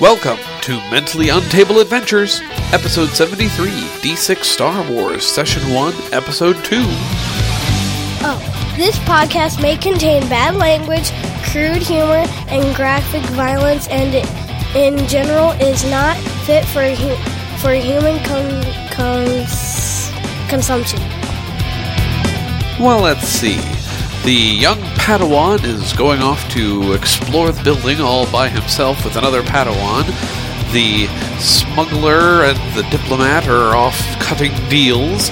Welcome to Mentally Untable Adventures, Episode 73, D6 Star Wars, Session 1, Episode 2. Oh, this podcast may contain bad language, crude humor, and graphic violence, and it, in general is not fit for hu- for human con- cons- consumption. Well, let's see. The young Padawan is going off to explore the building all by himself with another Padawan. The smuggler and the diplomat are off cutting deals.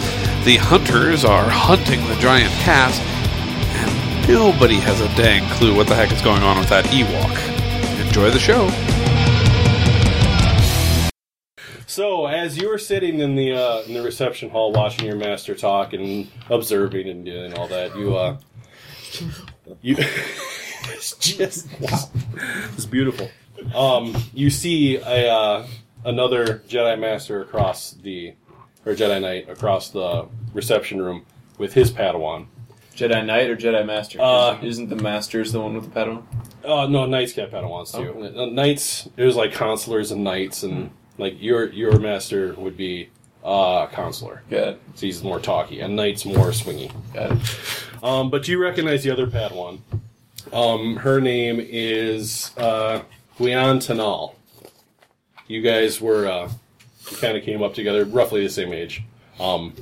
The hunters are hunting the giant cat. And nobody has a dang clue what the heck is going on with that Ewok. Enjoy the show. So, as you were sitting in the uh, in the reception hall watching your master talk and observing and doing all that, you uh, you it's just wow, it's beautiful. Um, you see a uh, another Jedi master across the or Jedi Knight across the reception room with his Padawan. Jedi Knight or Jedi Master? Uh, isn't the Master's the one with the Padawan? Uh, no, knights got Padawans too. Uh, Knights, it was like consulars and knights, and like your your master would be uh consular. Got it. So he's more talky, and Knight's more swingy. Got it. Um, but you recognize the other Padawan. Um, her name is uh, Guian Tanal. You guys were uh, kind of came up together, roughly the same age, um,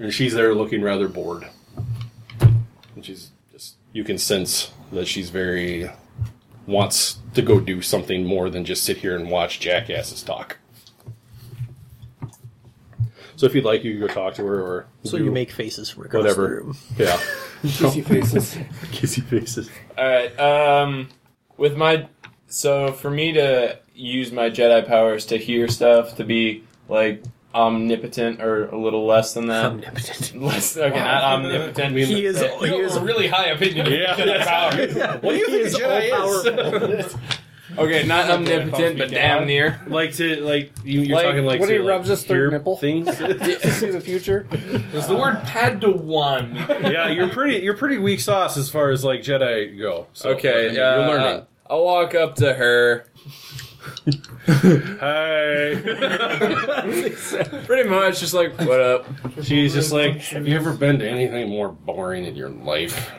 and she's there looking rather bored. And she's just you can sense that she's very wants to go do something more than just sit here and watch jackasses talk. So if you'd like, you can go talk to her, or So do- you make faces from across whatever. the room. Yeah. Kissy faces. Kissy faces. All right. Um, with my so for me to use my Jedi powers to hear stuff to be like omnipotent or a little less than Um, that. Omnipotent. Less, okay, not omnipotent. He is- You he have is- a really high opinion. of Yeah. Jedi What powers. do you He think is a Jedi is? all-powerful. Okay, not omnipotent, but damn near. like to like you, you're Like, talking like when to, he like, rubs his third your nipple. things. see the future. Is the word Padawan? yeah, you're pretty you're pretty weak sauce as far as like Jedi go. So, I Okay, mean, uh, you're learning. I'll walk up to her. uh, Pretty much, just like what up. Hey, she's just like, have you ever been to anything more boring in your life?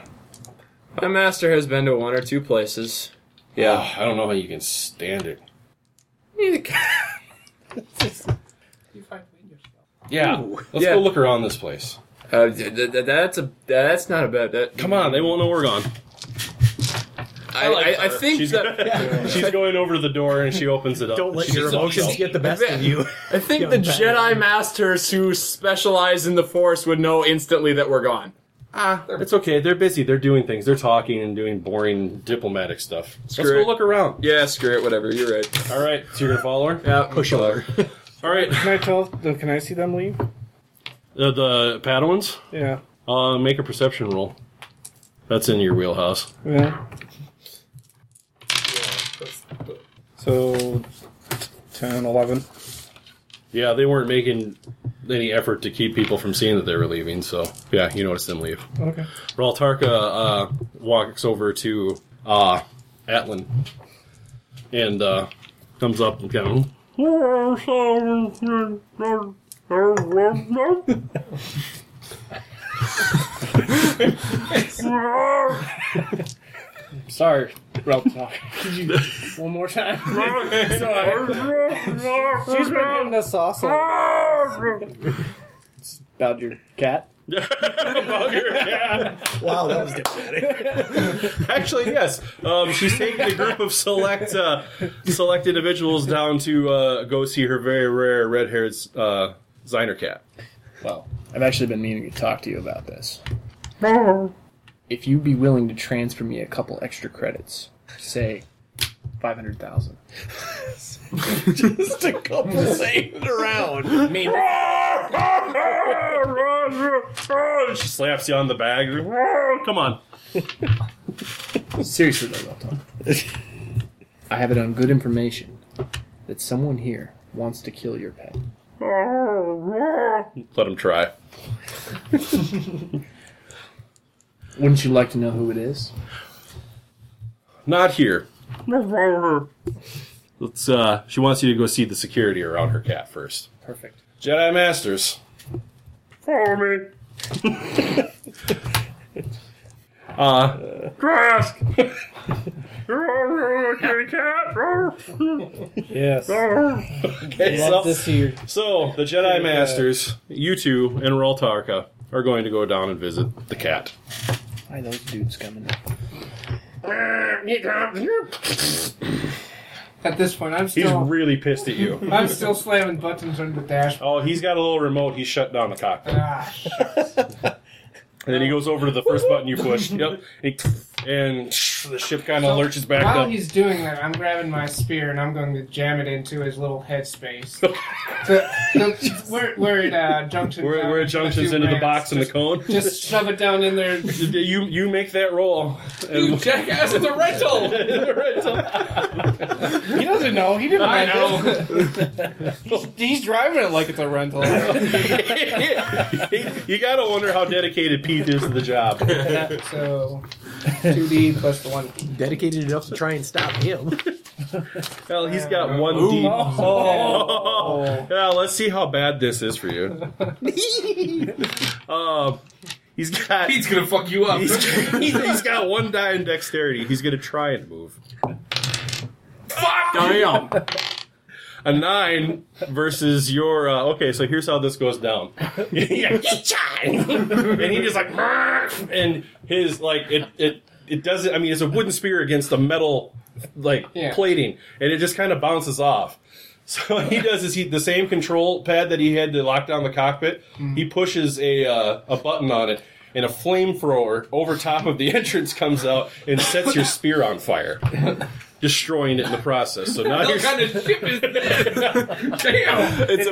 My master has been to one or two places. Yeah, I don't know how you can stand it. Uh, Yeah, let's Yeah. go look around this place. Uh, th- th- th- that's a that's not a bad. That, Come on, they won't know we're gone. I, I, I think She's that she's going over to the door and she opens it up. Don't let She's your just emotions upset. get the best of you. I think the Young man. Jedi masters who specialize in the Force would know instantly that we're gone. It's okay. They're busy. They're doing things. They're talking and doing boring diplomatic stuff. Let's Screw go it. look around. Yeah, screw it. Whatever. You're right. All right. So you're gonna follow her. Yeah, Push over. All right. Can I tell? Can I see them leave? The, the Padawans. Yeah. Uh, make a perception roll. That's in your wheelhouse. Yeah. So, 10, 11. Yeah, they weren't making any effort to keep people from seeing that they were leaving. So yeah, you notice them leave. Okay. Raltarka uh, walks over to uh, Atlan and uh, comes up and kind of. Sorry, Ralph. Could you one more time? She's been getting us awesome. It's about your cat. wow, that was diplomatic. Actually, yes. Um, she's taking a group of select uh, select individuals down to uh, go see her very rare red haired uh, Ziner cat. Well, I've actually been meaning to talk to you about this. If you'd be willing to transfer me a couple extra credits, say five hundred thousand. Just a couple saying it around. Maybe. She slaps you on the bag. Come on. Seriously though, Dalton. I have it on good information that someone here wants to kill your pet. Let him try. Wouldn't you like to know who it is? Not here. Let's. uh She wants you to go see the security around her cat first. Perfect. Jedi Masters. Follow me. uh, Trask. Yes. okay, Love to see your So the Jedi Masters, you two and Ral Tarka are going to go down and visit the cat. Why are those dudes coming? At this point, I'm He's still really pissed at you. I'm still slamming buttons on the Oh, dashboard. he's got a little remote. He's shut down the cockpit. Ah, And then he goes over to the first button you push. Yep. He- and the ship kind of lurches back While up. he's doing that, I'm grabbing my spear and I'm going to jam it into his little headspace. the, the, where, where it uh, junctions. Where, up where it into the junctions two into the ramps, box and the just, cone. Just shove it down in there. you you make that roll. You And jackass! It's a rental. He doesn't know. He didn't. I know. he's, he's driving it like it's a rental. you gotta wonder how dedicated Pete is to the job. so, two D plus the one. dedicated enough to try and stop him. Well, he's got one D. Yeah, let's see how bad this is for you. uh, he's got Pete's gonna fuck you up. he's, he's got one die in dexterity. He's gonna try and move. Damn. A nine versus your uh, okay. So here's how this goes down. Yeah, getcha! and he just like "Murph," and his like it it it doesn't. I mean, it's a wooden spear against a metal like Yeah. plating, and it just kind of bounces off. So what he does is he the same control pad that he had to lock down the cockpit. He pushes a uh, a button on it. And a flamethrower over top of the entrance comes out and sets your spear on fire, destroying it in the process. So now you're of ship is that? Damn. It's a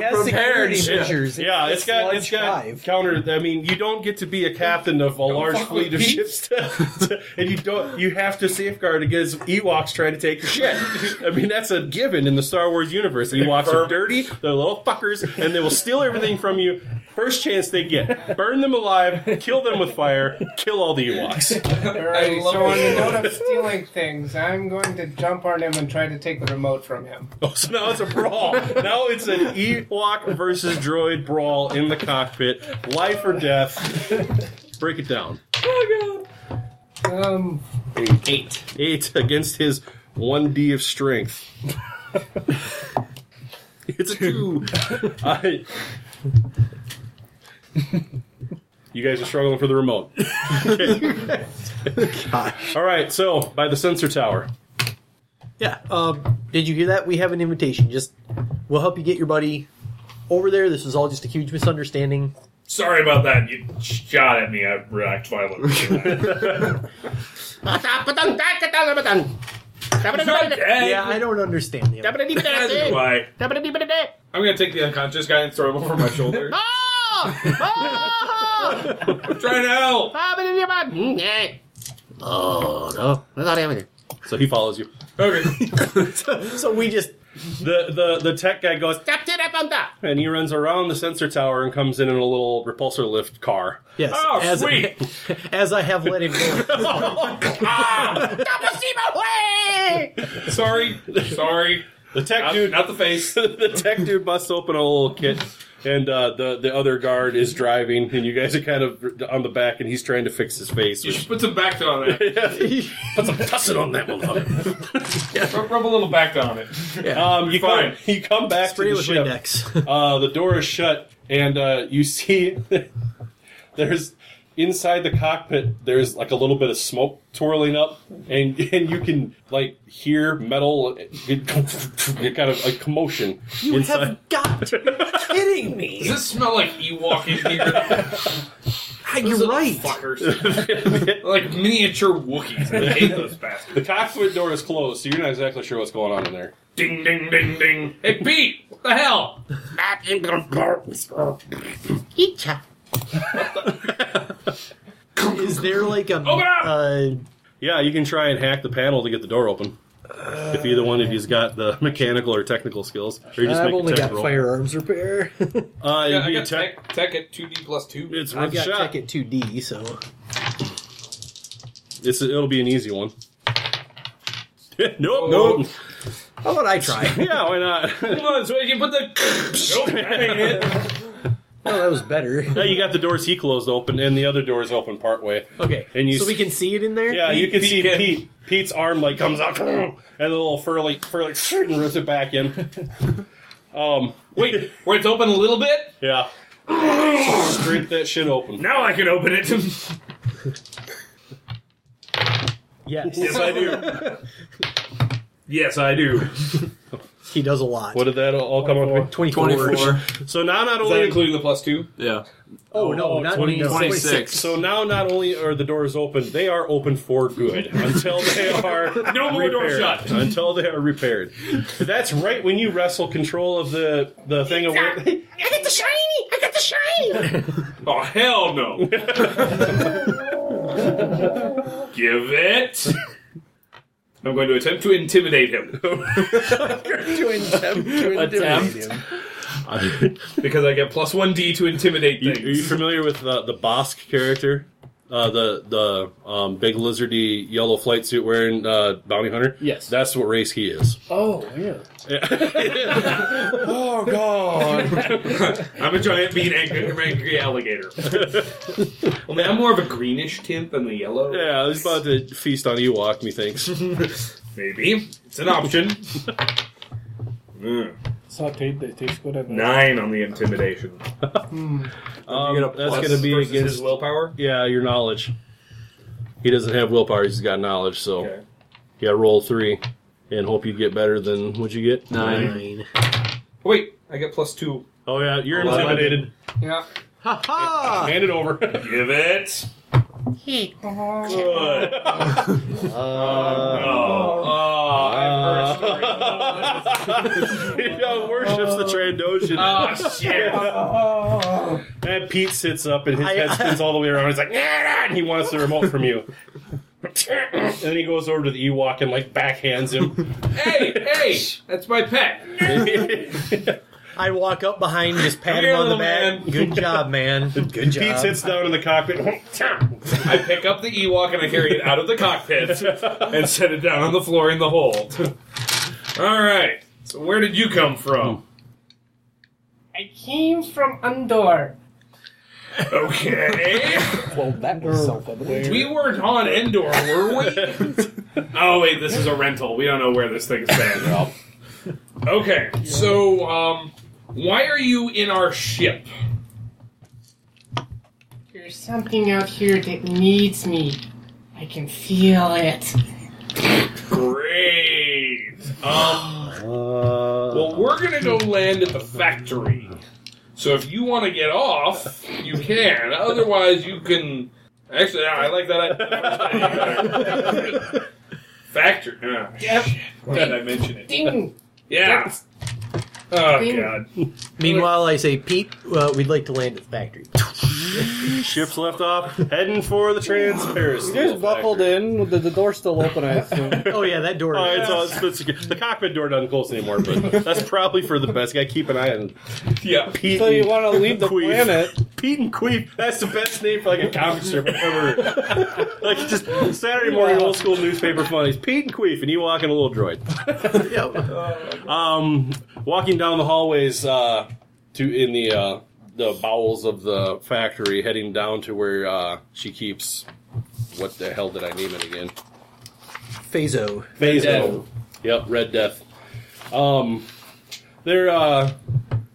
security prepared ship. measures. Yeah, it's got it's got counter. I mean, you don't get to be a captain of a large fuck fleet of with me. ships, to- to- and you don't. You have to safeguard against Ewoks trying to take your shit. I mean, that's a given in the Star Wars universe. Ewoks are dirty. They're little fuckers, and they will steal everything from you. First chance they get, burn them alive, kill them with fire, kill all the Ewoks. Alright, so on the note of stealing things, I'm going to jump on him and try to take the remote from him. Oh, so now it's a brawl. Now it's an Ewok versus droid brawl in the cockpit, life or death. Break it down. Oh, Um, eight against his one D of strength. it's a two. I- you guys are struggling for the remote. Okay. All right, so by the sensor tower. Yeah. Um, did you hear that? We have an invitation. Just we'll help you get your buddy over there. This was all just a huge misunderstanding. Sorry about that. You shot at me. I react violently. to that. Yeah, I don't understand the. Neither do I. I'm gonna take the unconscious guy and throw him over my shoulder. I'm trying to help. Oh, So he follows you. Okay. So we just The the the tech guy goes and he runs around the sensor tower and comes in in a little repulsor lift car. yes. Oh, as, sweet. as I have let him go. Sorry. Sorry. The tech Not, dude not the face. the tech dude busts open a little kit, and uh, the the other guard is driving, and you guys are kind of on the back, and he's trying to fix his face. You Which, should put some back down on it. put some tussin on that motherfucker. Rub, rub a little back down on it. Um, you come, Fine. you come back Spray to the with ship. Windex. Uh, the door is shut, and uh, you see there's inside the cockpit. There's like a little bit of smoke twirling up, and and you can like hear metal, uh, kind of a commotion You inside. have got to be kidding me. Does this smell like Ewok in here? Ah, You're right. Fuckers. like miniature Wookiees. I hate those bastards. the cockpit door is closed, so you're not exactly sure what's going on in there. Ding, ding, ding, ding. Hey, Pete! What the hell? Is there like a Open up! uh, Yeah, you can try and hack the panel to get the door open. if either one of you's got the mechanical or technical skills, or you just I've make only a tech got roll. firearms repair. Uh, Yeah, I you got tech. tech, tech at 2D plus 2. It's worth I've a got shot. tech at two D, so It's, it'll be an easy one. nope, Nope. nope. How about I try? yeah, why not? Come on, Oh, so you can put the. nope, that ain't it. well, that was better. no, you got the doors he closed open, and the other door's open part way. Okay, And you so we s- can see it in there. Yeah, you can Pete see can- Pete. Pete's arm like comes out, and the little fur like fur like and rips it back in. Um, Wait, where it's open a little bit? yeah. Scrape that shit open. Now I can open it. Yes, yes, I do. Yes, I do. he does a lot. What did that all come up with? Twenty-four. So now not Is that only including the plus two? Yeah. Oh no, not 20 no, 26. so now not only are the doors open, they are open for good until they are No more door repaired. shut. until they are repaired. That's right when you wrestle control of the the thing away. Oh hell no! Give it. I'm going to attempt to intimidate him to attempt to Attempt. intimidate him. because I get plus one D to intimidate You- are you things. familiar with the the Bosk character? Uh, the the um, big lizardy yellow flight suit wearing uh, bounty hunter. Yes. that's what race he is. Oh yeah. Oh god! I'm a giant mean angry, angry alligator. Only I'm more of a greenish tint than the yellow. yeah, I was about to feast on Ewok. Methinks. Maybe it's an option. Mm. Sauteed, they taste good. and- Nine on the intimidation. Um, You get a that's plus going to be versus against his willpower. Yeah, your knowledge. He doesn't have willpower. He's got knowledge. So Okay. yeah, roll three and hope you get better than what you get. Nine. Wait, I get plus two. Oh yeah, you're Eleven. intimidated. Yeah. Ha ha! Hand it over. Give it. Good. Oh, I've heard a story. he uh, worships the Trandoshan. Oh, shit. and Pete sits up and his I- head spins all the way around. He's like, "Nah," and he wants the remote from you. and then he goes over to the Ewok and like backhands him. hey, hey, that's my pet. I walk up behind, just pat Here, him on the little back. man. Good job, man. Good job. Pete sits down in the cockpit. I pick up the Ewok and I carry it out of the cockpit and set it down on the floor in the hold. All right. So where did you come from? I came from Undor. Okay. Well, that was self-evident. We weren't on Endor, were we? oh wait, this is a rental. We don't know where this thing's been. okay, so um, why are you in our ship? There's something out here that needs me. I can feel it. Great. Um, well, well, we're gonna go land at the factory. So if you want to get off, you can. Otherwise, you can. Actually, no, I like that. Factory. Oh, shit. Why did I mention it? Ding! Yeah. Oh Ding. god. Meanwhile, I say, Pete, uh, we'd like to land at the factory. Ship's left off, heading for the transparency. There's buckled in. with The, the door's still open. I assume. Oh yeah, that door. Oh, it's all, it's, it's, the cockpit door doesn't close anymore, but that's probably for the best. Got to keep an eye on Yeah. Pete. so and- you want to leave the Queef. planet? Pete and Queef. That's the best name for like a comic strip ever. like just Saturday morning old school newspaper funnies. Pete and Queef and Ewok and a little droid. Yeah. Um, walking down the hallways uh, to in the uh, the bowels of the factory, heading down to where uh, she keeps. What the hell did I name it again? Phaso. Phasmo. Yep, Red Death. Um, they're uh,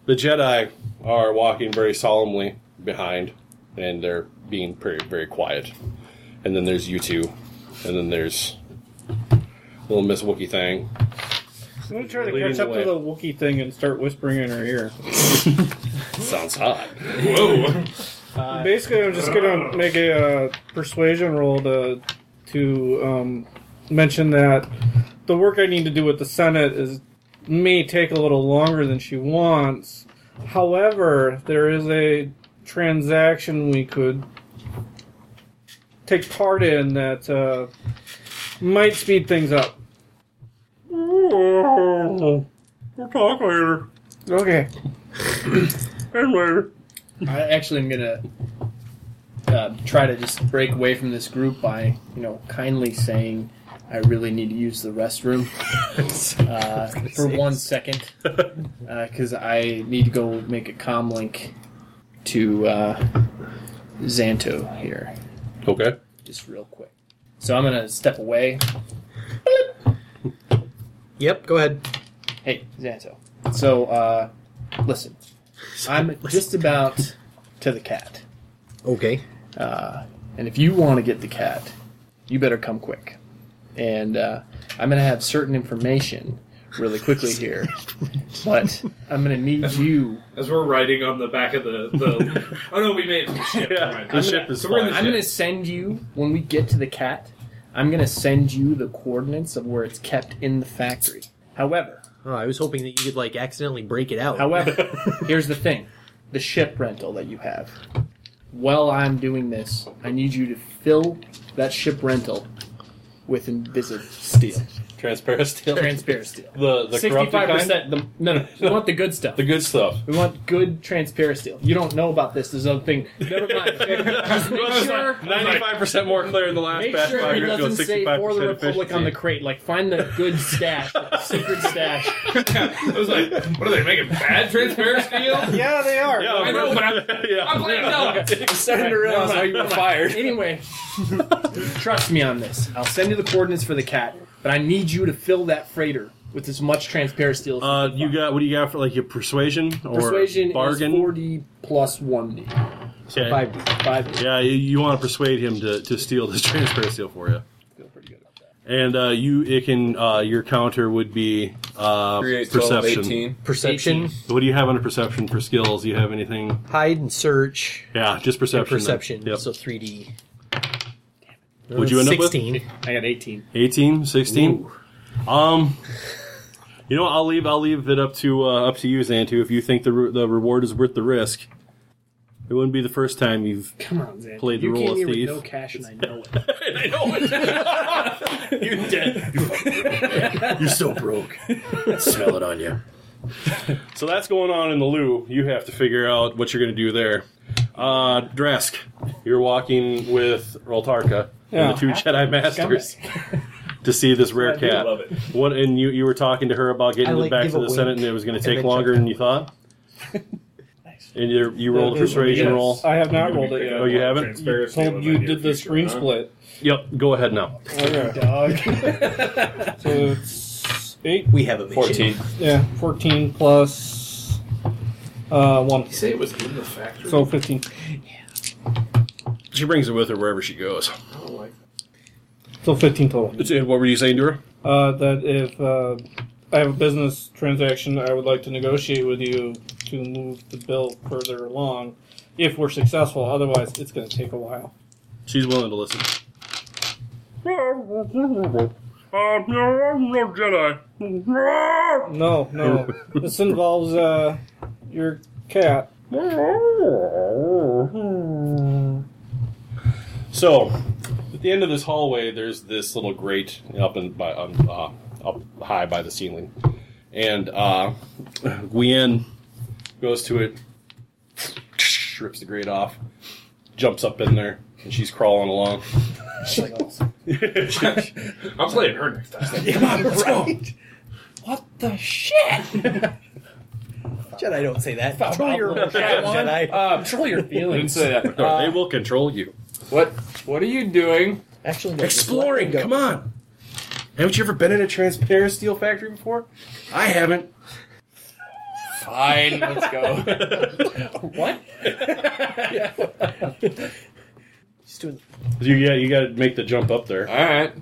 the Jedi are walking very solemnly behind, and they're being very very quiet. And then there's you two, and then there's little Miss Wookie thing. I'm gonna try to Leading catch the up way. to the Wookiee thing and start whispering in her ear. Sounds hot. Whoa. Basically, I'm just gonna make a uh, persuasion roll to to um, mention that the work I need to do with the Senate is may take a little longer than she wants. However, there is a transaction we could take part in that uh, might speed things up. We'll talk later Okay. and later. I actually am gonna uh, try to just break away from this group by, you know, kindly saying, I really need to use the restroom uh, for one second because I need to go make a comlink to uh, Xanto here, Okay. just real quick. So I'm gonna step away. Yep, go ahead. Hey, Xanto. So uh, listen, I'm just about to the cat, Okay. uh, and if you want to get the cat, you better come quick. And uh, I'm gonna have certain information really quickly here, but I'm gonna need you. As we're riding on the back of the, the oh no, we made it to the ship. Yeah, Right. the ship is so we're in the fine. I'm ship. gonna send you when we get to the cat. I'm gonna send you the coordinates of where it's kept in the factory. However, Oh, I was hoping that you could like accidentally break it out. however, here's the thing: the ship rental that you have. While I'm doing this, I need you to fill that ship rental with invisible steel, Transparent steel. transparent steel. The the corrupted Sixty-five kind. percent. No, no, we want the good stuff. The good stuff. We want good transparent steel. You don't know about this. There's other thing. Never mind. Just make sure. Ninety-five percent more clear in the last Make batch. sure five it years ago, doesn't say 65% for the Republic on the efficiency. crate. Like, find the good stash, the secret stash. I was like, what are they making bad transparent steel? Yeah, they are. Yeah, I know, but I'm, yeah. I'm playing delicate. starting to realize how you were fired. Anyway, trust me on this. I'll send you the coordinates for the cat, but I need you to fill that freighter with as much transparent steel. as Uh, you you can got what do you got for like your persuasion or find. persuasion bargain? is forty plus one D, Okay. five D, five D. Yeah, you, you want to persuade him to, to steal this transparent steel for you, Feel pretty good about that. and uh, you it can uh, your counter would be uh, perception. Perception, What do you have under perception for skills? Do you have anything? hide and search, Yeah, just perception. and then. perception. Yep. So 3D. Would you end up with? 16. I got eighteen. 18, 16. Um, you know, what, I'll leave. I'll leave it up to uh, up to you, Xantu. If you think the re- the reward is worth the risk, it wouldn't be the first time you've. Come on, Zan. Played the you role came of here thief. with no cash, and I know it. I know it. you did. You're so broke. Smell it on you. so that's going on in the loo. You have to figure out what you're going to do there. Uh, Dresk, you're walking with Roltarka and the two Jedi Masters to see this rare do cat. love it. What? And you you were talking to her about I, getting like, it back give to a the Senate, and it was going to take then longer check than you thought. And you you rolled a persuasion Yes, roll. I have not rolled it yet. Oh, you haven't? Transparent steel Told in you my near did the future, screen huh? split. Yep. Go ahead now. Okay. Dog. So it's eight. We have a mission. Yeah, fourteen plus uh, one, You say it was in the factory. so fifteen. She brings it with her wherever she goes. I don't like that. So fifteen total. And What were you saying to her? Uh, that if uh, I have a business transaction, I would like to negotiate with you to move the bill further along. If we're successful, otherwise it's going to take a while. She's willing to listen. No, no, this involves uh, your cat. So, at the end of this hallway, there's this little grate up and by um, uh, up high by the ceiling, and uh, Gwen goes to it, rips the grate off, jumps up in there, and she's crawling along. I'm playing her next time. right. What the shit? Jedi, don't say that. Control your Problem. Jedi. Uh, control your I didn't feelings. say that. they will control you. What What are you doing? Actually, no, Exploring. just let it Come on. Haven't you ever been in a transparent steel factory before? I haven't. Fine, let's go. What? Just doing You yeah, you got to make the jump up there. All right,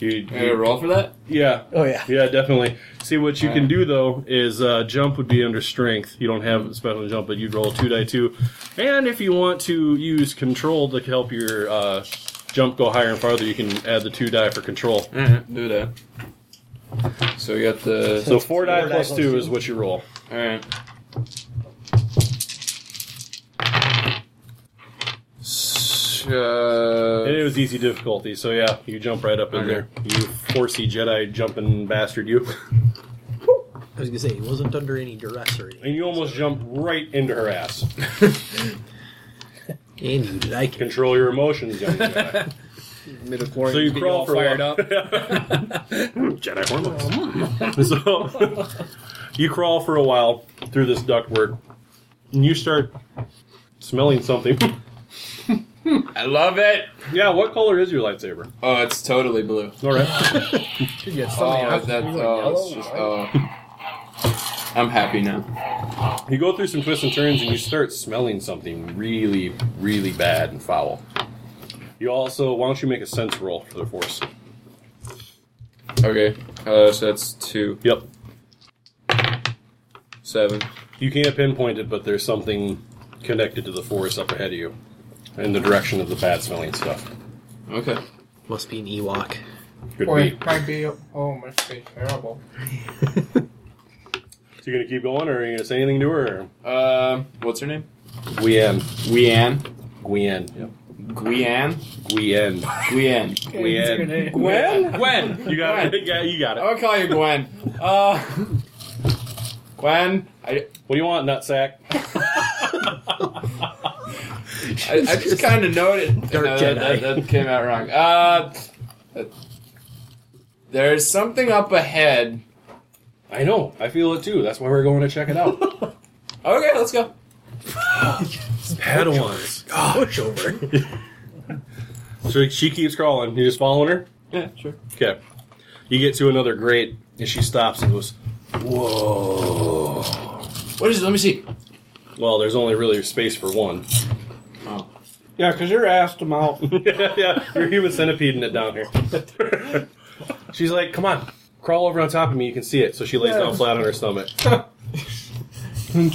You, you gonna you- roll for that? yeah, Oh yeah. yeah, definitely. See what you can do though is uh, jump would be under strength. You don't have a special jump, but you'd roll two die two, and if you want to use control to help your uh, jump go higher and farther, you can add the two die for control. All right, do that. So we got the So four die Four die plus plus two two. is what you roll. All right. So, And it was easy difficulty, so yeah, you jump right up in Okay. there. You forcey Jedi jumping bastard you. I was gonna say he wasn't under any duress or anything. And you almost jump right into her ass. And you did I? Control your emotions, young Jedi. midichlorians So you get crawl all for a fired while. up. Jedi hormones. so you crawl for a while through this ductwork, and you start smelling something. I love it. yeah, what color is your lightsaber? Oh, it's totally blue. All right. Oh, that's, oh, it's just, oh. I'm happy now. You go through some twists and turns, and you start smelling something really, really bad and foul. You also, why don't you make a sense roll for the force? Okay, uh, so that's two, Yep. seven. You can't pinpoint it, but there's something connected to the force up ahead of you, in the direction of the bad smelling stuff. Okay. Must be an Ewok. Could Or be. it might be, oh, it must be terrible. So you're gonna keep going, or are you gonna say anything to her? Um, what's her name? Guian. Guian. Guian. Yep. Guian. Guian. Guian. Guian. Gwen. Gwen. You got it. Yeah, you got it. I'm gonna call you Gwen. Uh, Gwen, I, What do you want, nutsack? I, I just kind of noted Dark no, that, Jedi. that, that came out wrong. Uh, there's something up ahead. I know. I feel it too. That's why we're going to check it out. Okay, let's go. Padawans. Push over. So she keeps crawling. You just following her? Yeah, sure. Okay. You get to another grate, and she stops and goes, Whoa. What is it? Let me see. Well, there's only really space for one. Oh. Yeah, because you're asked them out. yeah, you're human centipeding it down here. She's like, Come on, crawl over on top of me. You can see it. So she lays down flat on her stomach. you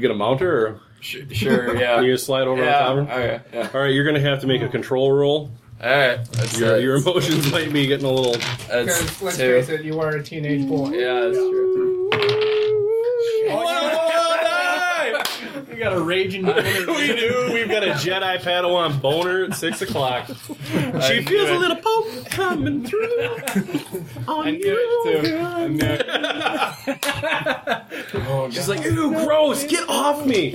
gonna mount her, or Sure, sure yeah. you gonna slide over yeah. on top of her? Okay, yeah. All right, you're gonna have to make a control roll. All right. That's Your, uh, your emotions might be getting a little. That's Because let's two. face it, you are a teenage boy. Yeah, that's true. You got a raging. we do. We've got a Jedi Padawan boner at six o'clock. She feels a little poke coming through. I knew it too. I knew it. She's like, "Ew, gross! Get off me!"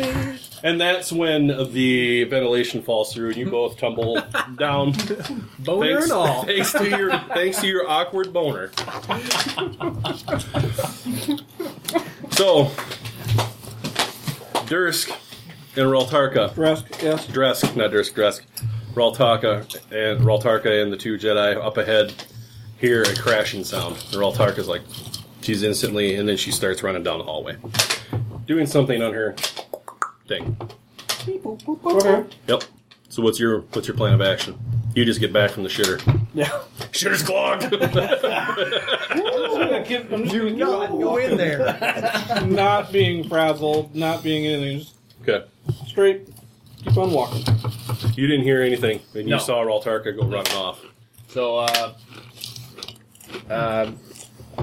And that's when the ventilation falls through, and you both tumble down. Boner Thanks, and all. thanks to your thanks to your awkward boner. so, Dursk and Raltarka. Breast, yes. Dresk, not Dresk, Dresk, Raltaka and Raltarka and the two Jedi up ahead hear a crashing sound. And Raltarka's like, she's instantly, and then she starts running down the hallway, doing something on her thing. Okay. Yep. So what's your what's your plan of action? You just get back from the shitter. Yeah. Shitter's clogged. Do not go in there. Not being frazzled, not being anything. Just okay. straight, keep on walking. You didn't hear anything, and No. you saw Raltarka go running off. So, uh, uh,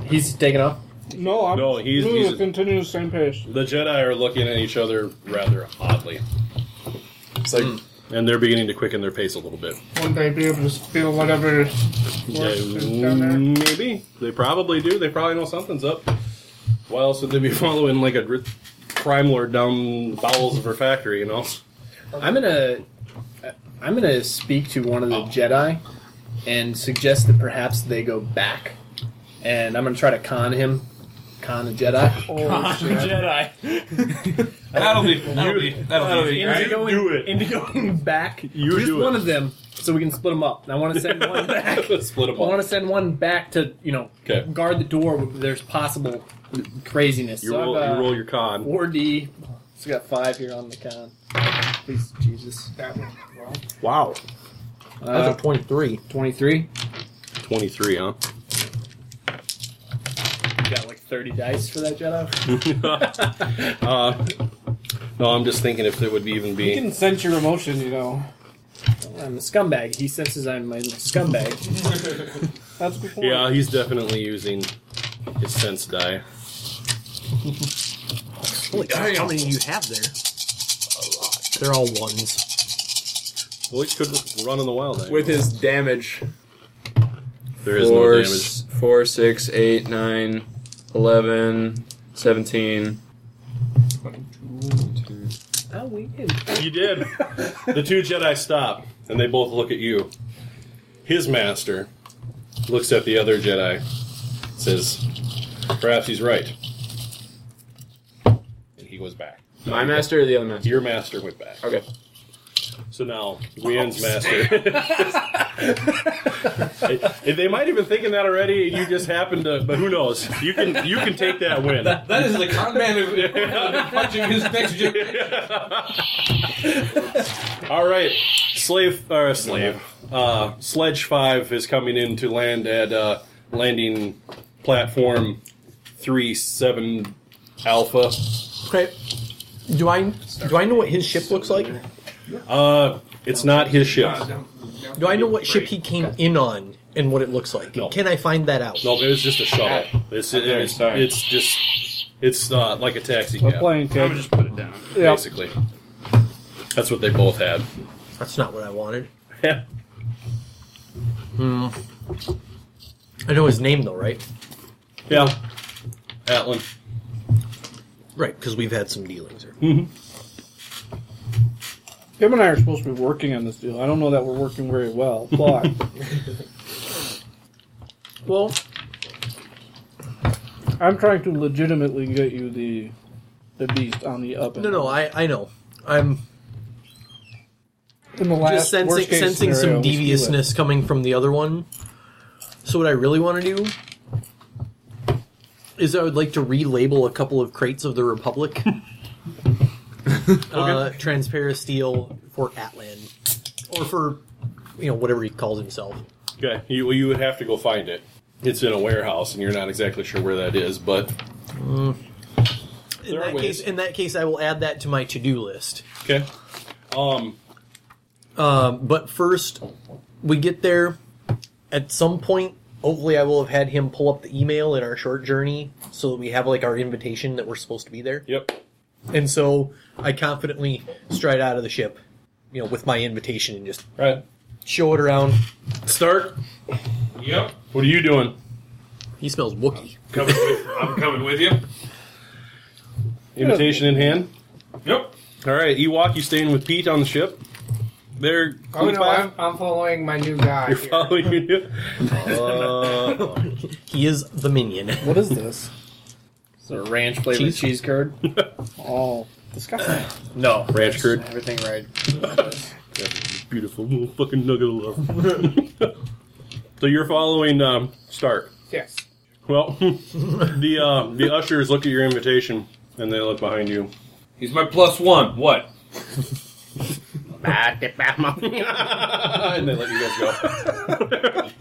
he's taking off. No, I'm No, he's- moving he's- at continuing the same pace. The Jedi are looking at each other rather oddly, Mm. It's like and they're beginning to quicken their pace a little bit. Wouldn't they be able to feel whatever force is down there? Mm, Maybe they probably do. They probably know something's up. Why else would they be following like a dr- crime lord down the bowels of her factory? You know. I'm gonna, uh, I'm gonna speak to one of the Jedi, and suggest that perhaps they go back, and I'm gonna try to con him, con a Jedi. Jedi. That'll be. That'll be. That'll be. Into You do it. Into going back. You just do it. one of them, so we can split them up. And I want to send one back. Split them I want up. to send one back to you know Okay. guard the door when there's possible craziness. You So roll, I've, uh, you roll your con. Four D. It's got five here on the con. Please, Jesus. That one. Well, Wow. Uh, That's a 23. Twenty-three. Twenty three, huh? You got like thirty dice for that Jedi. uh, no, I'm just thinking if it would even You be. can sense your emotion, you know. I'm a scumbag. He senses I'm a scumbag. That's before. Yeah, he's definitely using his sense die. Holy cow, how many do you have there? They're all ones. Well, he could run in the wild. I With guess. his damage. there is four, no damage. s- four, six, eight, nine, 11, 17. Oh, we You did. the two Jedi stop, and they both look at you. His master looks at the other Jedi, says, "Perhaps he's right," and he goes back. My master or the other master? Your master went back. Okay. So now, Rian's master. Hey, they might have been thinking that already, and you just happened to. But who knows? You can you can take that win. That is the con man who punching his picture. All right, slave or slave, uh, sledge five is coming in to land at uh, landing platform three seven alpha. Okay. Do I do I know what his ship looks like? Uh, it's not his ship. Do I know what ship he came in on and what it looks like? No. Can I find that out? No, it was just a shuttle. It's it's, sorry. it's just it's uh, like a taxi A cab, plane I'm gonna cake. just put it down. Yeah. basically. That's what they both had. That's not what I wanted. Yeah. I know his name though, right? Yeah, Atlin. Right, because we've had some dealings. Here. Him and I are supposed to be working on this deal. I don't know that we're working very well, but Well, I'm trying to legitimately get you the the beast on the up. And no, no, I I know. I'm in the last just sensing, worst case sensing some scenario, we steal it. deviousness coming from the other one. So what I really want to do is I would like to relabel a couple of crates of the Republic. uh, Transparent steel for Atlan, or for you know whatever he calls himself. Okay, you you would have to go find it. It's in a warehouse, and you're not exactly sure where that is, but In There are that ways. case, in that case, I will add that to my to-do list. okay. Um, Um, but first, we get there at some point. Hopefully, I will have had him pull up the email in our short journey so that we have like our invitation that we're supposed to be there. yep. And so I confidently stride out of the ship, you know, with my invitation and just Right. show it around. Stark, Yep. what are you doing? He smells Wookie. Coming with, I'm coming with you. Invitation in hand. Yep. All right, Ewok, you staying with Pete on the ship? They're Oh group no, five. I'm, I'm following my new guy. You're here. following you. Uh, He is the minion. What is this? So ranch flavored Cheese? cheese, curd. Oh, disgusting. No, Ranch curd. Everything right. beautiful little fucking nugget of love. so you're following um, Stark. Yes. Well, the uh, the ushers look at your invitation and they look behind you. He's my plus one. What? and they let you guys go.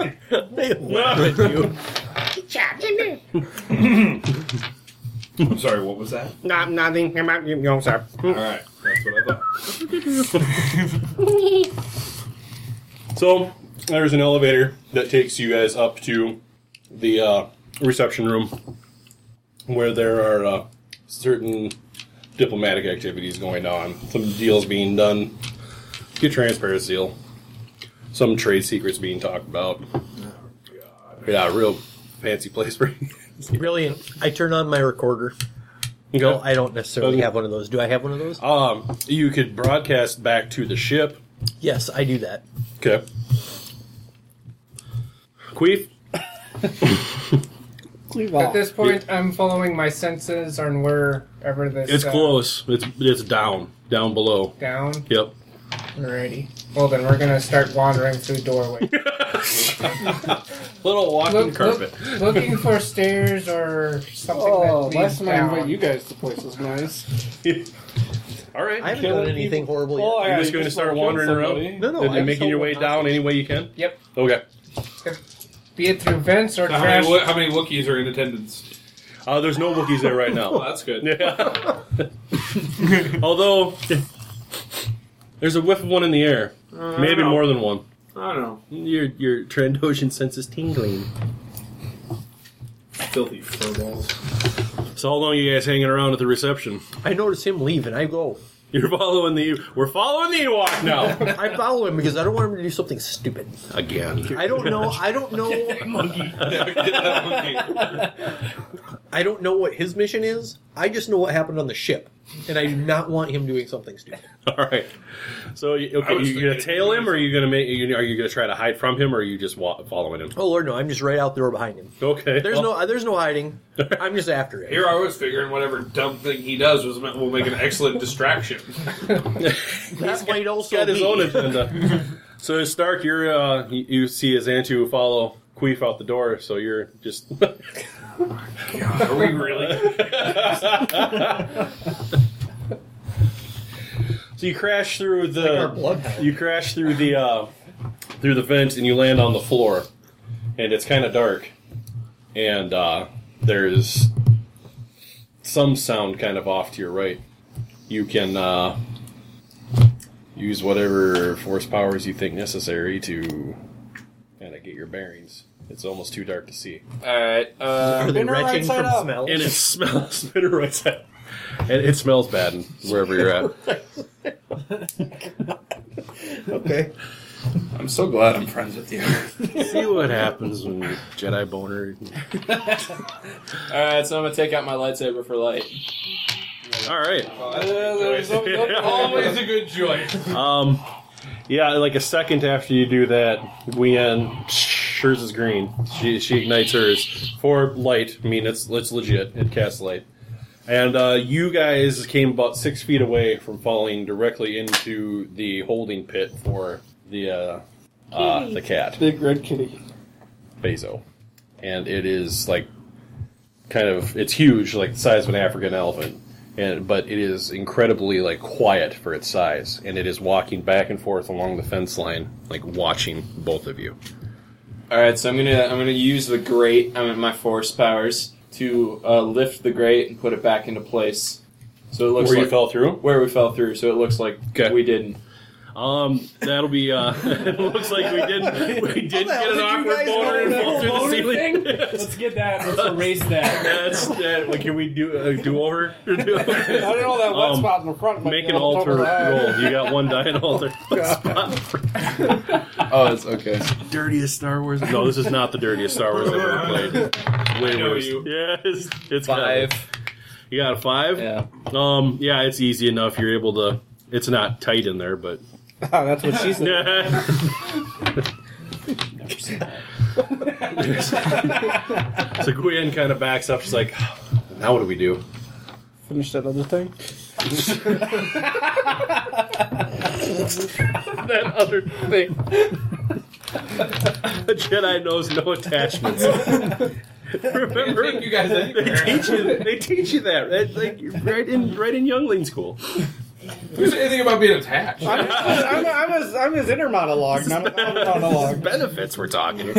I'm sorry. What was that? Not nothing about you. No, sir. All right. That's what I thought. So there's an elevator that takes you guys up to the uh, reception room, where there are uh, certain diplomatic activities going on, some deals being done, get transparent seal, some trade secrets being talked about. Yeah, real fancy place for you. Brilliant. I turn on my recorder. No, I don't necessarily Okay. have one of those. Do I have one of those? Um, you could broadcast back to the ship. Yes, I do that. Okay. Queef. Cleave At off. this point, I'm following my senses on wherever this. It's uh, close. It's it's down, down below. Down. Yep. Alrighty. Well, then we're gonna start wandering through doorways. Little walking Look- carpet. look- looking for stairs or something Oh, that leads last time I down. invite you guys to places nice. All right. I haven't done anything horrible yet. You're just going to start wandering around. No, no, And then I'm making so your way down any way you can. Yep. Okay. Be it through vents or How many, trash. wo- how many Wookiees are in attendance? Uh, there's no Wookiees there right Well, now. Oh, that's good. Yeah. Although there's a whiff of one in the air, maybe no. more than one. I don't know. Your your Trandoshan sense is tingling. Filthy furballs. So how long you guys hanging around at the reception? I notice him leave and I go. You're following the. We're following the Ewok now. I follow him because I don't want him to do something stupid. Again. I don't know. I don't know. Get that monkey. I don't know what his mission is. I just know what happened on the ship, and I do not want him doing something stupid. All right. So you- okay, was you gonna thinking- tail him, or are you gonna make? you- Are you gonna try to hide from him, or are you just wa- following him? Oh Lord, no! I'm just right out there behind him. Okay. There's no, there's no hiding. I'm just after it. Here I was figuring whatever dumb thing he does was will make an excellent distraction. That might also got his be. own agenda. so Stark, you're uh, you, you see his Antu follow Queef out the door, so you're just. Are we really? So you crash through the you crash through the uh, through the vent and you land on the floor, and it's kind of dark, and uh, there's some sound kind of off to your right. You can uh, use whatever force powers you think necessary to kind of get your bearings. It's almost too dark to see. Alright. Uh, Are they Dinner retching side from up. smells? And it smells bitter right side. And it smells bad in- wherever you're at. okay. I'm so glad I'm friends with you. See what happens when you Jedi boner. Alright, so I'm gonna take out my lightsaber for light. Uh, Alright. Always a good choice. Um, yeah, like a second after you do that, Gwian, hers is green. She she ignites hers for light. I mean, it's it's legit. It casts light. And uh, you guys came about six feet away from falling directly into the holding pit for the uh, uh, the cat. Big red kitty. Bezo. And it is like kind of it's huge, like the size of an African elephant. And but it is incredibly like quiet for its size. And it is walking back and forth along the fence line, like watching both of you. All right, so I'm gonna I'm gonna use the grate. I'm my force powers to uh, lift the grate and put it back into place. So it looks Where you like fell through? Where we fell through. So it looks like we didn't. Um, that'll be uh it looks like we didn't we didn't get an awkward boner and fall through the ceiling. Let's get that. Let's erase that. That's that like, can we do a do over? I don't know that wet spot in the front might Make an be on top altar of that. roll. You got one die and altar. Oh, it's okay. Dirtiest Star Wars. No, this is not the dirtiest Star Wars I've ever played. Way know worse. you. Yeah, it's, it's five. you got a five. Yeah. Um. Yeah, it's easy enough. You're able to. It's not tight in there, but That's what she said. so Gwen kind of backs up. She's like, "Now what do we do?" Finish that other thing. that other thing. a Jedi knows no attachments. Remember, you guys they teach you they teach you that right, like right in right in youngling school. Who's anything about being attached? I'm, I'm, I'm, his, I'm his inner monologue, not his outer monologue. Benefits we're talking.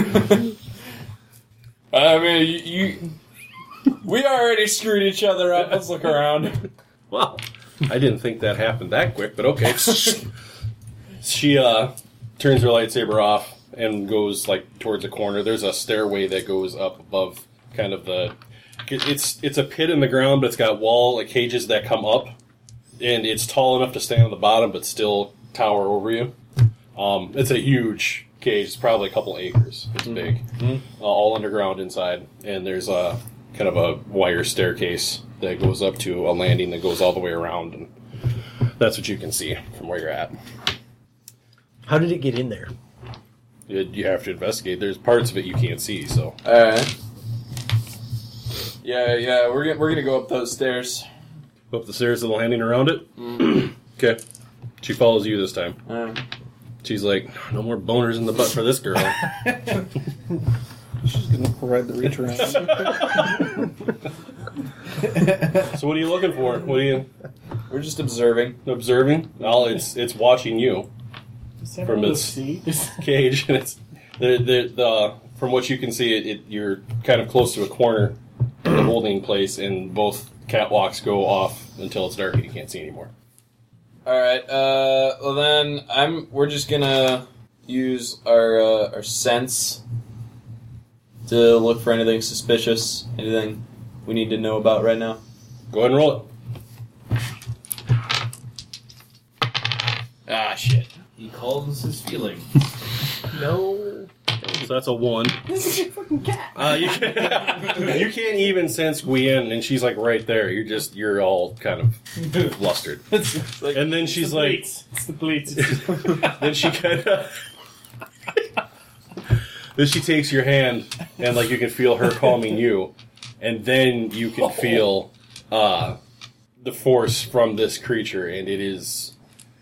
I mean, you, you we already screwed each other up. Let's look around. Well, I didn't think that happened that quick, but okay. she uh, turns her lightsaber off and goes like towards a corner. There's a stairway that goes up above kind of the. It's it's a pit in the ground, but it's got wall like cages that come up, and it's tall enough to stand on the bottom, but still tower over you. Um, it's a huge cage. It's probably a couple acres. It's big, uh, all underground inside, and there's a kind of a wire staircase that goes up to a landing that goes all the way around, and that's what you can see from where you're at. How did it get in there? You, you have to investigate. There's parts of it you can't see, so All right. Yeah, yeah, we're gonna, we're gonna go up those stairs. up the stairs to the landing around it. okay, she follows you this time. Uh, She's like, no more boners in the butt for this girl. She's gonna ride the reach around. so what are you looking for? What are you we're just observing. observing? Well, it's it's watching you. From its- cage, and it's the the, the from what you can see, it, it you're kind of close to a corner of the holding place, and both catwalks go off until it's dark and you can't see anymore. All right. Uh, well then, I'm. We're just gonna use our uh, our sense to look for anything suspicious, anything we need to know about right now. Go ahead and roll it. Ah, shit. He calls his feeling. No. So that's a one. This is your fucking cat. Uh, you, can, you can't even sense Gwen, and she's like right there. You're just you're all kind of flustered. and then she's like, It's the bleats. then she kind of. then she takes your hand, and like you can feel her calming you, and then you can feel uh, the force from this creature, and it is.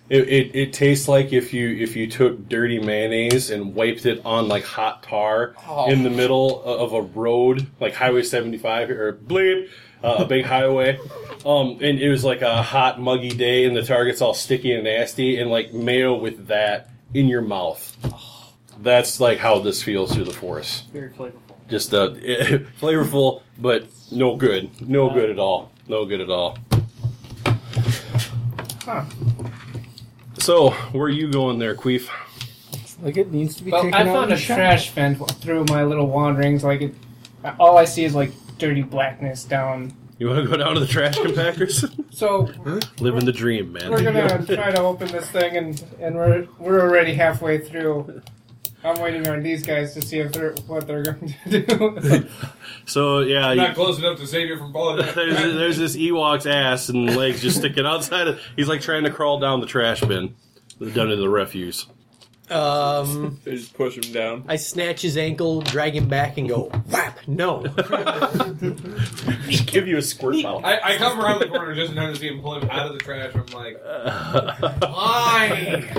It, it, it tastes like if you if you took dirty mayonnaise and wiped it on like hot tar Oh. in the middle o- of a road like Highway 75 or bleep uh, a big highway, um, and it was like a hot muggy day and the target's all sticky and nasty and like mayo with that in your mouth. That's like how this feels through the forest. Very flavorful. Just uh, flavorful, but no good, no good at all, no good at all. Huh. So, where are you going there, Queef? Like it needs to be Well, taken I out found and a shot. trash bin through my little wanderings. Like, it, all I see is like dirty blackness down. You want to go down to the trash compactors? So Living the dream, man. we're gonna try to open this thing, and and we're we're already halfway through. I'm waiting on these guys to see if they're what they're going to do. So yeah, I'm you- not close enough to save you from falling. there's there's this Ewok's ass and legs just sticking outside. Of, he's like trying to crawl down the trash bin, down into the refuse. Um, They just push him down. I snatch his ankle, drag him back, and go whap. No, Give you a squirt bottle. I, I come around the corner just in time to see him pull him out of the trash. I'm like, why?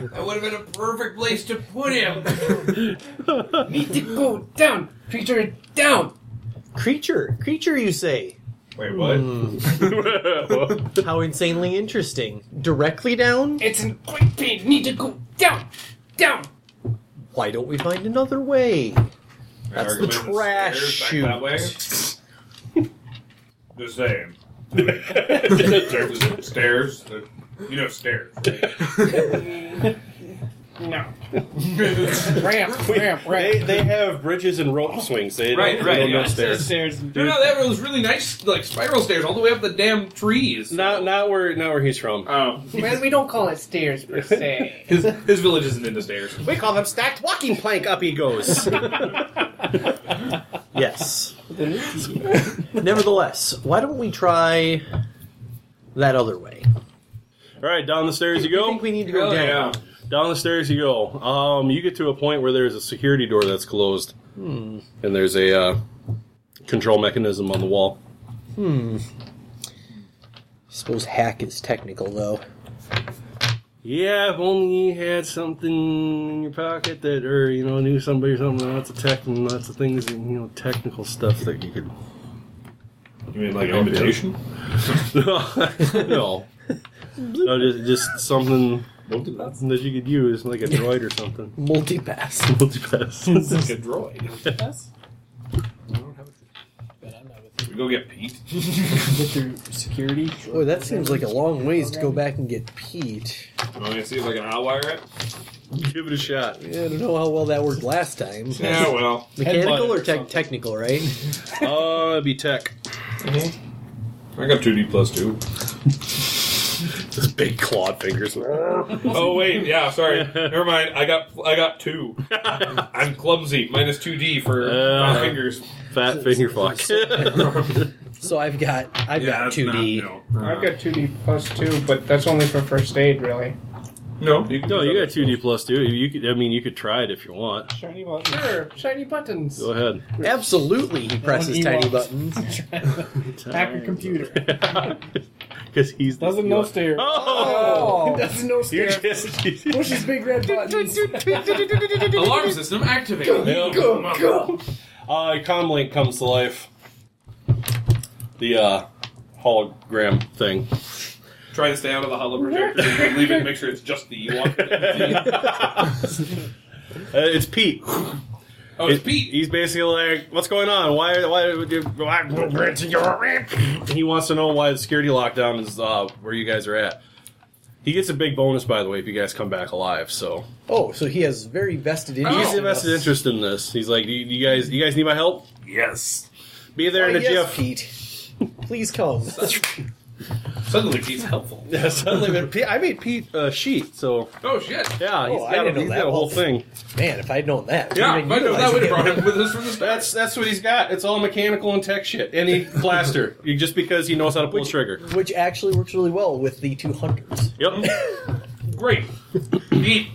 That would have been a perfect place to put him. Need to go down, Peter, down. creature, creature, you say? Wait, what? How insanely interesting. Directly down? It's in great pain. Need to go down, down. Why don't we find another way? That's the Argument is trash stairs back that way. The same. There's stairs. the- You know stairs. No, ramp, ramp, They, ramp. they have bridges and rope swings. They don't, Right, they right, don't know yeah. stairs. Stairs and No, no, that was really nice, like spiral stairs all the way up the damn trees. Not not where not where he's from. Oh, well, we don't call it stairs per se. his his village isn't into stairs. We call them stacked walking plank. Up he goes. Yes. Nevertheless, why don't we try that other way? All right, down the stairs you I go. think we need to go Oh, down. Down the stairs you go. Um, you get to a point where there's a security door that's closed, and there's a uh, control mechanism on the wall. suppose hack is technical, though. Yeah, if only you had something in your pocket that, or you know, knew somebody or something. Lots of tech and lots of things, and you know, technical stuff that you could. You mean like an invitation? no, no, just, just something that you could use, like a droid or something. Multipass. Multipass. Like a droid. We go get Pete. Get through security. Boy, that seems like a long ways to go back and get Pete. You want me to see if I can outwire it? Give it a shot. I don't know how well that worked last time. Yeah, well. Mechanical or tech technical, right? Uh, it'd be tech. I got 2D plus 2. Those big clawed fingers. Oh wait, yeah, sorry. Never mind. I got I got 2. I'm clumsy. Minus 2D for Uh, my fingers. Fat finger fuck. So I've got I've got that's two D. Not, I've got two D plus two, but that's only for first aid, really. no. No, no, you got two D plus two. You could, I mean, you could try it if you want. Shiny buttons. Sure, shiny buttons. Go ahead. Absolutely, he presses Everyone tiny Ewoks. buttons. Hack your computer. Because he's the- Doesn't know stairs. Oh, Doesn't know you stairs. just Pushes big red buttons. Alarm system activated. Uh, comlink comes to life. The uh, hologram thing. Try to stay out of the hollow projector. and Leave it. and Make sure it's just the Ewok. Uh, it's Pete. Oh, it's It- e- Pete. He's basically like, "What's going on? Why? Why would you? Why?" He wants to know why the security lockdown is uh, where you guys are at. He gets a big bonus, by the way, if you guys come back alive. So Oh, so he has very vested Oh. he's interest. in invested us. interest in this. He's like, "Do you, do you guys? You guys need my help? Yes. Oh, Be there Why, in a Oh, yes, jiff." Pete. Please come. Suddenly Pete's helpful. Yeah, suddenly been- Pete- I made Pete a sheet, so Oh shit! yeah, he's Oh, I got, a, didn't know he's that. got a whole Well, thing. Man, if I'd known that, Yeah, we'd have if I'd known that, utilized we'd have it. brought him with us from the start. That's that's what he's got. It's all mechanical and tech shit. And he plaster You- just because he knows how to pull the trigger. which actually works really well with the two hunters. Yep. Great. Pete.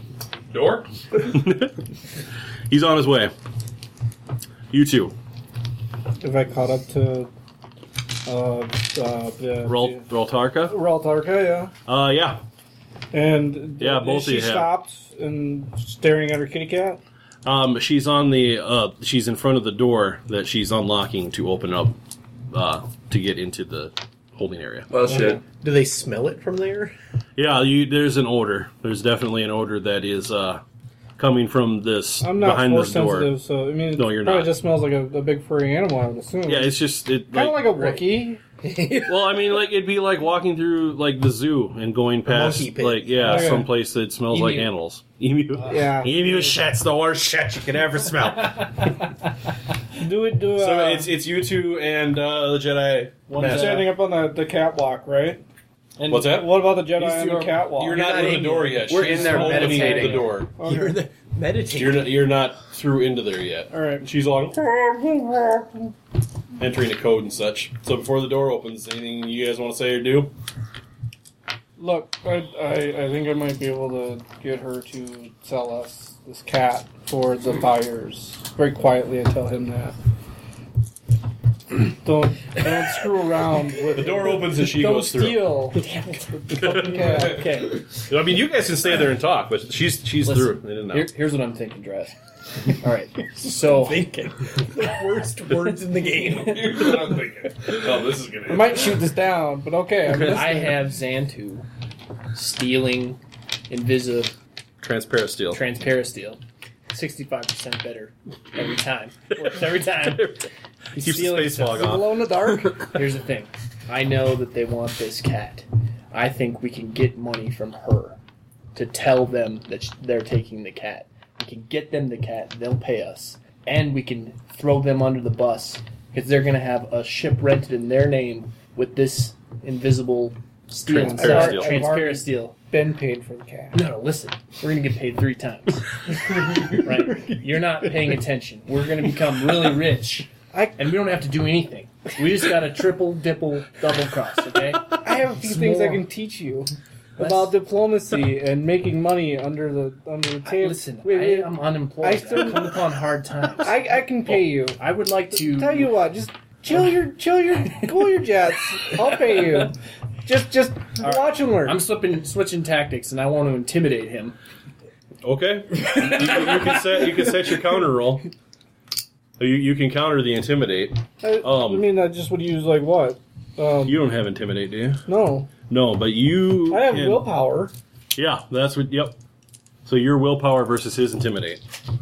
Door. He's on his way. You two, If I caught up to uh, uh, the Rol Roltarka. Ralt Arca, Uh, yeah, yeah, and Yeah, both of she you have. stopped and staring at her kitty cat. um, she's on the uh, she's in front of the door that she's unlocking to open up uh, to get into the holding area. Well, shit. Do they smell it from there? Yeah, you, there's an odor. There's definitely an odor that is uh, coming from this I'm not behind force this door. sensitive, so I mean, it No, you're probably not. just smells like a, a big furry animal. I would assume. Yeah, it's just it, kind of like, a right. Wookiee. well, I mean, like it'd be like walking through like the zoo and going past monkey pit. like yeah, Okay. someplace that smells like Emu. animals. Emu, Yeah. emu shit's the worst shit you can ever smell. Do it. Do uh, so it's it's you two and uh, the Jedi. One's standing up on the, the catwalk, right? And What's that? What about the Jedi These on two the are- catwalk? You're not, not in in the door yet. We're in there opening meditating. The door. Okay. You're in the meditating. You're not, you're not through into there yet. All right. She's on entering a code and such. So before the door opens, anything you guys want to say or do? Look, I, I, I think I might be able to get her to sell us this cat for the buyers. Very quietly, I tell him that. Don't don't screw around with The door opens and she Don't goes through. steal. Yeah. Okay, I mean, you guys can stay there and talk, but she's she's Listen, through. They didn't know. here, here's what I'm thinking, Dress. All right, so thinking. the worst words in the game. Here's what I'm thinking. Oh, this is gonna. I might shoot this down, but okay. I'm listening. I have Xantu stealing Invisive Transparent steel. Transparasteel. 65% better every time. Works every time. Keeps He's the stealing space fog stuff. off. Glow in the dark. Here's the thing I know that they want this cat. I think we can get money from her to tell them that sh- they're taking the cat. We can get them the cat, they'll pay us. And we can throw them under the bus because they're going to have a ship rented in their name with this invisible steel. Transparasteel. Transparent steel. Ben paid for the cat. No, no, listen. We're going to get paid three times. right? You're not paying attention. We're going to become really rich. I- and we don't have to do anything. We just got to triple, dipple, double cross, okay? I have a few It's things I more- can teach you Let's- about diplomacy and making money under the under the I- table. listen, Wait, wait. I am unemployed. I I still- still come upon hard times. I, I, I can pay you. would like to. Tell you what, just chill your chill your cool your jets. I'll pay you. Just just right. watch and learn. I'm slipping, switching tactics, and I want to intimidate him. Okay. you, you can set you can set your counter roll. You, you can counter the intimidate. I, um, I mean, I just would use like what? Um, You don't have intimidate, do you? no, No, but you. I have can- willpower. Yeah, that's what. Yep. So your willpower versus his intimidate.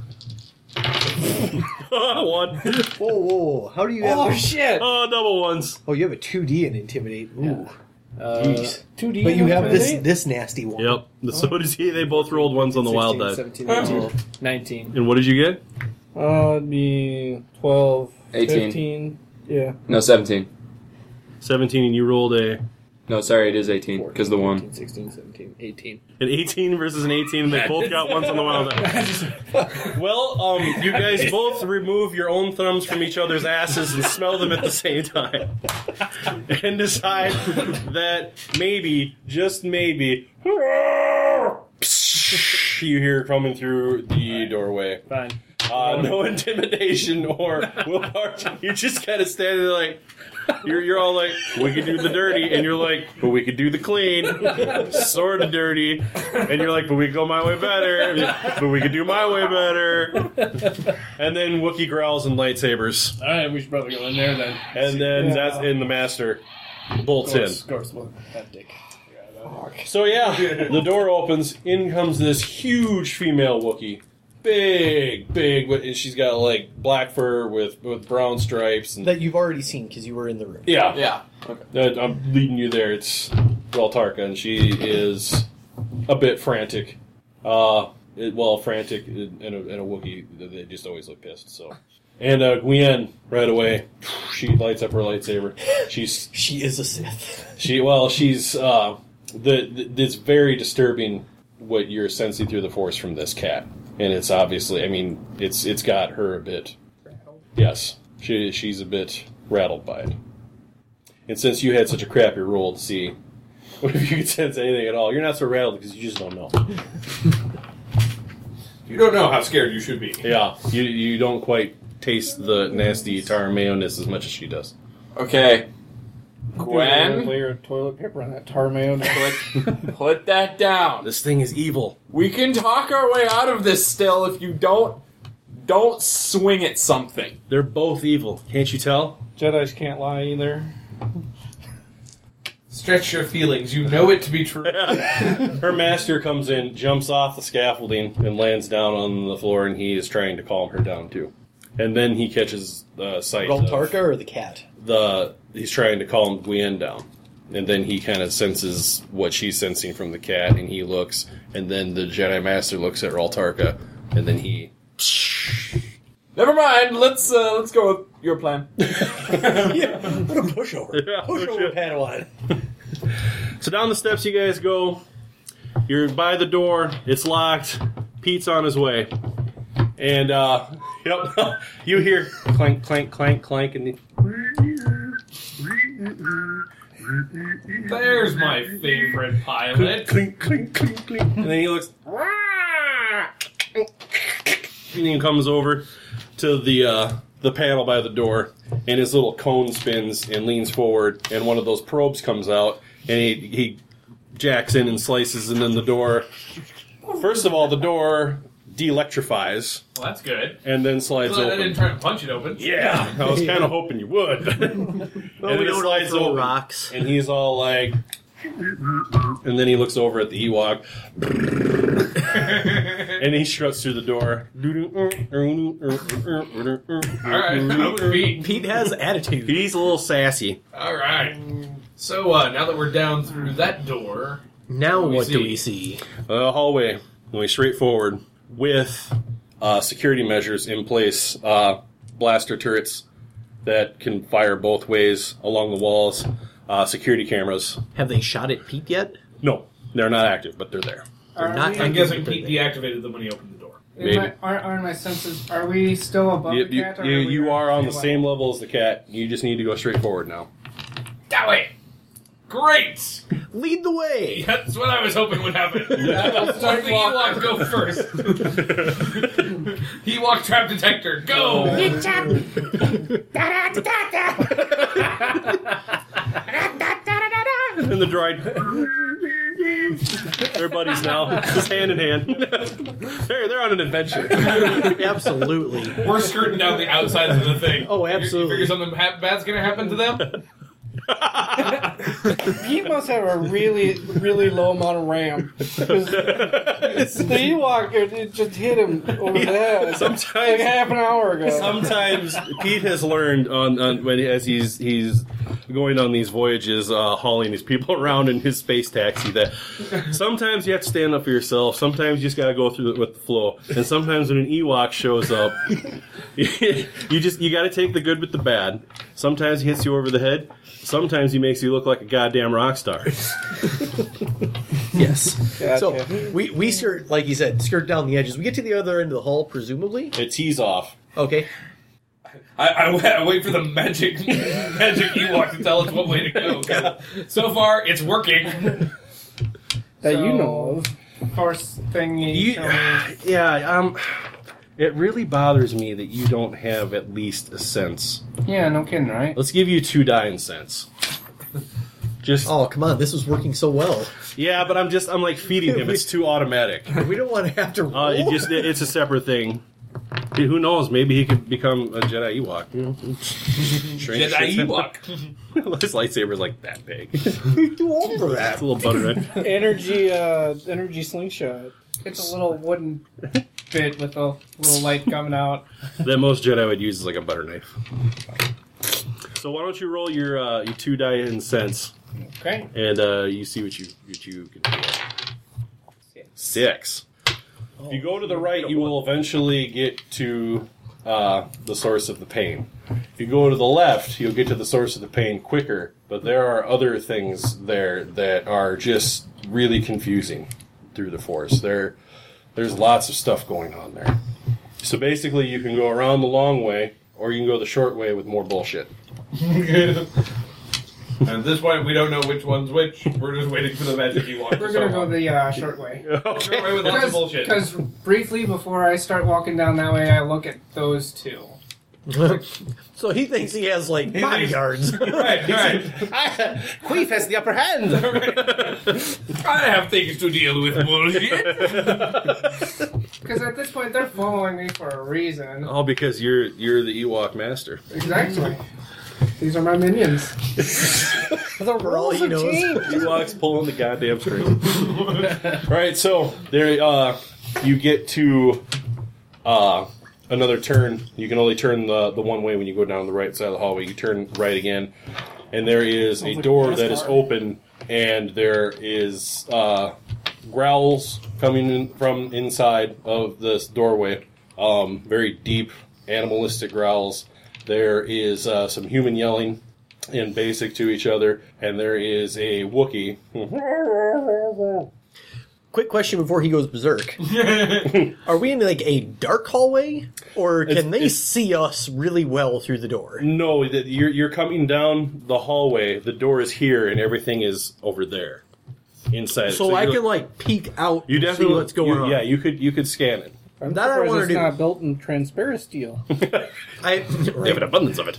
Ah, One. Whoa, whoa, whoa! How do you have? Oh shit! Oh, double ones. oh, you have a two D in intimidate. Ooh, Uh, jeez. Two D. but you have this this nasty one. Yep. So does he. They both rolled ones on the wild 16, die. 17, 18. 19. And what did you get? Uh, it'd be 12, 18. 15. Yeah. No, 17. Seventeen, and you rolled a an No, sorry, it is 18 because the one. 14, 16, 17, 18. eighteen versus an eighteen, and they both got ones on the wild die. Well, um, you guys both remove your own thumbs from each other's asses and smell them at the same time, and decide that maybe, just maybe, you hear coming through the doorway. Fine. Uh, no intimidation or willpower. You're just kind of standing there like. You're, you're all like, we could do the dirty, and you're like, but we could do the clean, sort of dirty, and you're like, but we could go my way better, but we could do my way better. And then Wookie growls and lightsabers, All right, we should probably go in there then. and then that's in the master bolts in. Scores one. That dick. So yeah, the door opens. In comes this huge female Wookiee. Big, big, wi- and she's got like black fur with with brown stripes. And That you've already seen because you were in the room. yeah, Yeah. Uh, I'm leading you there. It's Raltarka, and she is a bit frantic. Uh, it- well, frantic and a, and a Wookiee, they just always look pissed. So And uh, Gwen, right away, she lights up her lightsaber. She's she is a Sith. She well, she's uh, the, the it's very disturbing what you're sensing through the force from this cat, and it's obviously. I mean, it's it's got her a bit. Yes, she she's a bit rattled by it. And since you had such a crappy roll to see what if you could sense anything at all, you're not so rattled because you just don't know. You don't know how scared you should be. Yeah, you you don't quite taste the nasty tar mayonnaise as much as she does. Okay. Put a Gwen, layer of toilet paper on that tar mayo. put, put that down. This thing is evil. We can talk our way out of this still if you don't don't swing at something. They're both evil. Can't you tell? Jedi's can't lie either. Stretch your feelings. You know it to be true. Her master comes in, jumps off the scaffolding, and lands down on the floor, and he is trying to calm her down too. And then he catches uh, sight of Tarka or the cat? the. He's trying to calm Gwen down, and then he kind of senses what she's sensing from the cat, and he looks, and then the Jedi Master looks at Raltarka, and then he. Never mind. Let's uh, let's go with your plan. yeah, what a pushover. pushover Padawan. So down the steps you guys go. You're by the door. It's locked. Pete's on his way. And uh, yep, you hear clank, clank, clank, clank, and There's my favorite pilot. Clink, clink, clink, clink. And then he looks. And he comes over to the uh, the panel by the door, and his little cone spins and leans forward, and one of those probes comes out, and he, he jacks in and slices, and then the door. First of all, the door de-electrifies Well, that's good. and then slides Glad I didn't open. try to punch it open. Yeah, I was kind of hoping you would. and we it don't all slides throw open, rocks. and he's all like, and then he looks over at the Ewok, and he struts through the door. All right, that would be Pete has attitude. He's a little sassy. all right. So uh, now that we're down through that door, Now We what do see. we see? Uh, hallway going straight forward with uh, security measures in place. Uh, blaster turrets that can fire both ways along the walls. Uh, security cameras. Have they shot at Pete yet? No, they're not active, but they're there. Are not we- Uh, I'm Thank guessing you for Pete deactivated them when he opened the door. in maybe. My, are, are in my senses? Are we still above You, the you, cat? or you, we you are on the level? same level as the cat. You just need to go straight forward now. That way. Great. Lead the way. That's what I was hoping would happen. Let the Ewok go first. Ewok trap detector, go. And the droid. They're buddies now. Just hand in hand. they're, they're on an adventure. Absolutely. We're skirting down the outsides of the thing. Oh, You- absolutely. You figure something ha- bad's gonna happen to them? He must have a really, really low amount of RAM. 'Cause the Ewok it, it just hit him over the head like Sometimes half an hour ago. sometimes Pete has learned on, on when as he's he's going on these voyages, uh, hauling these people around in his space taxi. That sometimes you have to stand up for yourself. Sometimes you just got to go through it with the flow. And sometimes when an Ewok shows up, you just you got to take the good with the bad. Sometimes he hits you over the head. Sometimes he makes you look like a goddamn rock star. yes. Gotcha. So we we skirt like you said, skirt down the edges. We get to the other end of the hall, presumably. It's he's off. Okay. I, I, wa- I wait for the magic magic Ewok to tell us what way to go. So far, it's working. that you So- know of. Force thingy. You- coming. yeah, um, It really bothers me that you don't have at least a sense. Yeah, no kidding, right? Let's give you two dying cents. Just Oh come on, this was working so well. yeah, but I'm just I'm like feeding him. It's too automatic. We don't want to have to. uh, it roll. just it- it's a separate thing. Who knows? Maybe he could become a Jedi Ewok. you know? Shrink- Jedi shrink- Ewok. His lightsaber's like that big. We're too old for that. It's a little buttered. Energy, uh, energy slingshot. It's a little wooden bit with a little light coming out. that most Jedi would use is like a butter knife. So why don't you roll your uh, your two die in cents Okay. and uh, you see what you what you can do. Six. If you go to the right, you will eventually get to uh, the source of the pain. If you go to the left, you'll get to the source of the pain quicker, but there are other things there that are just really confusing through the forest. There, there's lots of stuff going on there. So basically, you can go around the long way, or you can go the short way with more bullshit. And at this point, we don't know which one's which. We're just waiting for the magic Ewok. We're gonna to start go walking. the uh, short way. Short way with lots of bullshit. Because briefly before I start walking down that way, I look at those two. so he thinks he has like bodyguards. right, right. Queef has the upper hand. I have things to deal with bullshit. Because at this point, they're following me for a reason. Oh. All because you're you're the Ewok master. Exactly. These are my minions. the rules have changed. Ewok's pulling the goddamn string. All right, so there uh, you get to uh, another turn. You can only turn the the one way when you go down the right side of the hallway. You turn right again, and there is a door that is open, and there is uh, growls coming in from inside of this doorway. Um, very deep animalistic growls. There is uh, some human yelling in basic to each other, and there is a Wookiee. Quick question before he goes berserk: Are we in like a dark hallway, or can they see us really well through the door? No, that you're you're coming down the hallway. The door is here, and everything is over there, inside. So I you're- can like peek out. you and definitely see what's going you- on. Yeah, you could you could scan it. I'm That I surprised wanna it's do. not built in transparent steel. I, They have an abundance of it.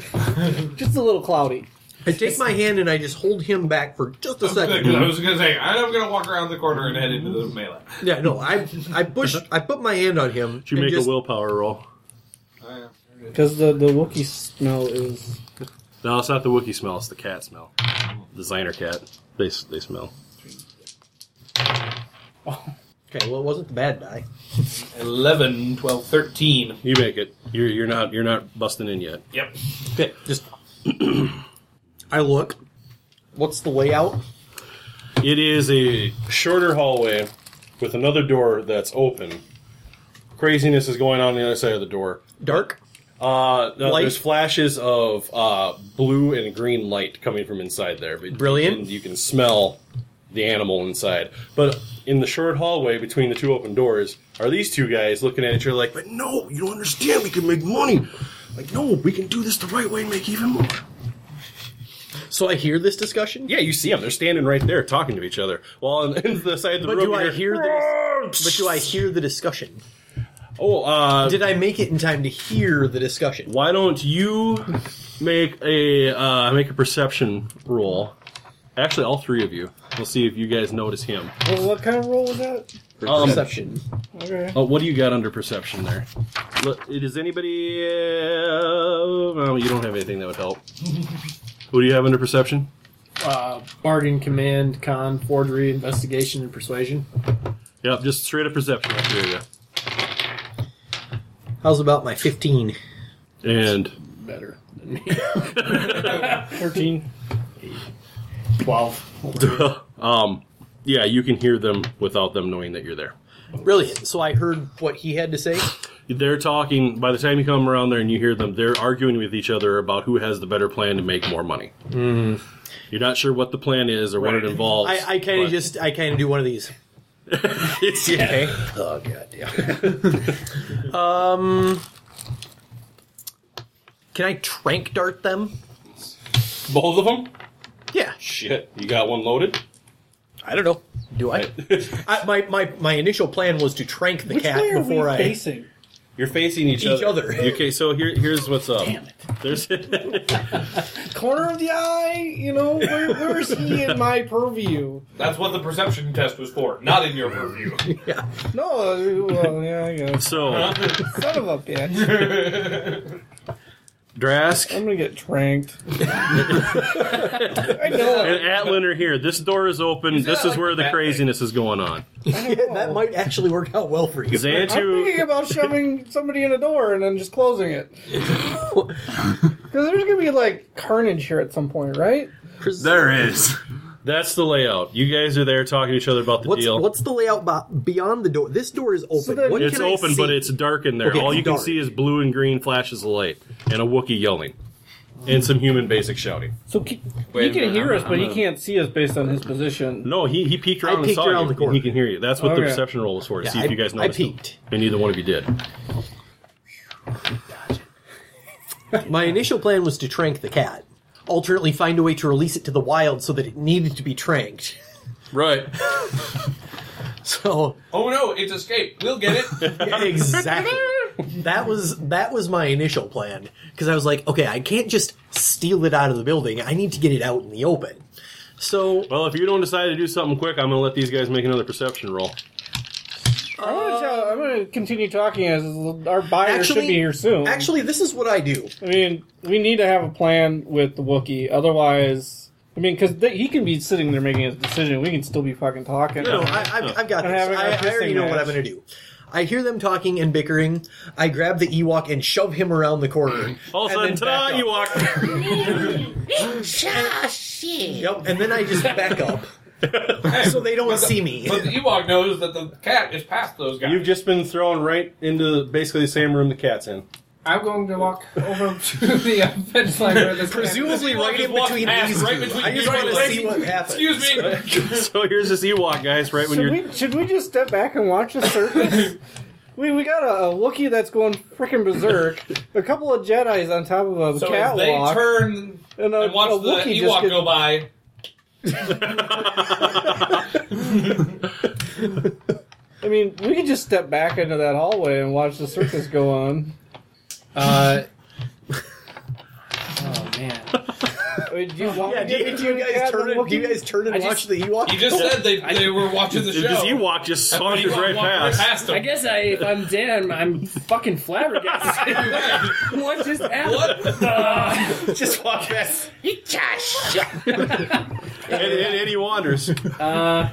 Just a little cloudy. I take my hand and I just hold him back for just a Good, 'cause I second. was gonna say I'm gonna walk around the corner and head into the melee. Yeah, no, I I push I put my hand on him. Did you and make just- a willpower roll? Because the, the Wookiee smell is. No, it's not the Wookiee smell. It's the cat smell. Designer cat. They s- they smell. Okay, well, it wasn't the bad die. 11, 12, 13. You make it. You're you're not you're not busting in yet. Yep. Okay, just I look. What's the way out? It is a shorter hallway with another door that's open. Craziness is going on, on the other side of the door. Dark. Uh, no, Light? there's flashes of uh, blue and green light coming from inside there. But Brilliant. You can, you can smell the animal inside. But in the short hallway between the two open doors are these two guys looking at each other like, but no, you don't understand. We can make money. Like, no, we can do this the right way and make even more. So I hear this discussion. Yeah, you see them. They're standing right there talking to each other. Well, on the side of the But room, do I you're- hear the? But do I hear the discussion? Oh, uh, Did I make it in time to hear the discussion? Why don't you make a uh, make a perception roll? Actually, all three of you. We'll see if you guys notice him. Well, what kind of roll was that? Um, Perception. Okay. Oh, what do you got under perception there? Look, Does anybody? Uh, well, you don't have anything that would help. what do you have under perception? Uh, bargain, command, con, forgery, investigation, and persuasion. Yep, just straight up perception. all three of How's about my fifteen? you. And Better. 13. 12. um, yeah, you can hear them without them knowing that you're there. Brilliant. So I heard what he had to say. They're talking. By the time you come around there and you hear them, they're arguing with each other about who has the better plan to make more money. You're not sure what the plan is or what it involves. Mm-hmm. I, I kind but- of just I kind of do one of these. It's- yeah. Okay. Oh god damn. um, can I trank dart them? both of them? Yeah. Shit, you got one loaded? I don't know. Do I? I my, my my initial plan was to trank the cat Where are we before I. facing? You're facing each, Each other. Okay, so here, here's what's up. There's Corner of the eye? You know, where, where's he in my purview? That's what the perception test was for, not in your purview. Yeah. No, uh, well, yeah, I guess. so Son of a bitch. Drask I'm gonna get tranked. I know. and Atlin are here. This door is open. this is where the that craziness is going on. that might actually work out well for you. I'm thinking Xantu, about shoving somebody in a door and then just closing it. Because there's gonna be like carnage here at some point, right? Pres- There is. That's the layout. You guys are there talking to each other about the What's deal. what's the layout bo- beyond the door? This door is open. what it's can I open, see? but it's dark in there. Okay, All it's you dark. can see is blue and green flashes of light, and a Wookiee yelling, and some human basic shouting. So he Wait a can minute, hear I'm- us, but I'm he gonna- can't see us based on his position. No, he he peeked around I and peeked saw around you. the corner. He can hear you. That's what the Okay. perception roll was for. to Yeah, see I- if you guys I noticed. it. peeked. and neither one of you did. My initial plan was to trank the cat, alternately find a way to release it to the wild so that it needed to be tranked. Right. so Oh no, it's escaped. We'll get it. exactly. That was that was my initial plan because I was like, okay, I can't just steal it out of the building. I need to get it out in the open. So, well, if you don't decide to do something quick, I'm gonna let these guys make another perception roll. I'm Um, gonna tell, I'm gonna continue talking as our buyer should be here soon. Actually, this is what I do. I mean, we need to have a plan with the Wookiee. Otherwise, I mean, because he can be sitting there making his decision. We can still be fucking talking. No, I, I've, I've got And this. having our I, I already pissing know what I'm match. going to do. I hear them talking and bickering. I grab the Ewok and shove him around the corner. All of a sudden, And then ta-da! back up. You walk. Yep, and then I just back up. so they don't see me. But the Ewok knows that the cat is past those guys. You've just been thrown right into basically the same room the cat's in. I'm going to walk over to the uh, fence line where this Presumably right in between these right two. between I just these wanna two legs. see what happens. Excuse me. so here's this Ewok, guys. Right when should, you're we, should we just step back and watch the circus? we we got a, a Wookiee that's going freaking berserk. a couple of Jedi's on top of a So as catwalk. they turn and, a, and watch a the Wookiee just Ewok get- go by, I mean, we could just step back into that hallway and watch the circus go on. Uh, Oh, I mean, do you want Yeah, me do to you, do continue you to guys have turn the and, do you Wookiee? guys turn and I watch the Ewok? you just said they, they were watching the show. this Ewok just And the saunters Ewok right walked past. him. I guess I, if I'm Dan, I'm fucking flabbergasted. what just happened? Uh, What? just walk past. and, and, and he wanders. Uh,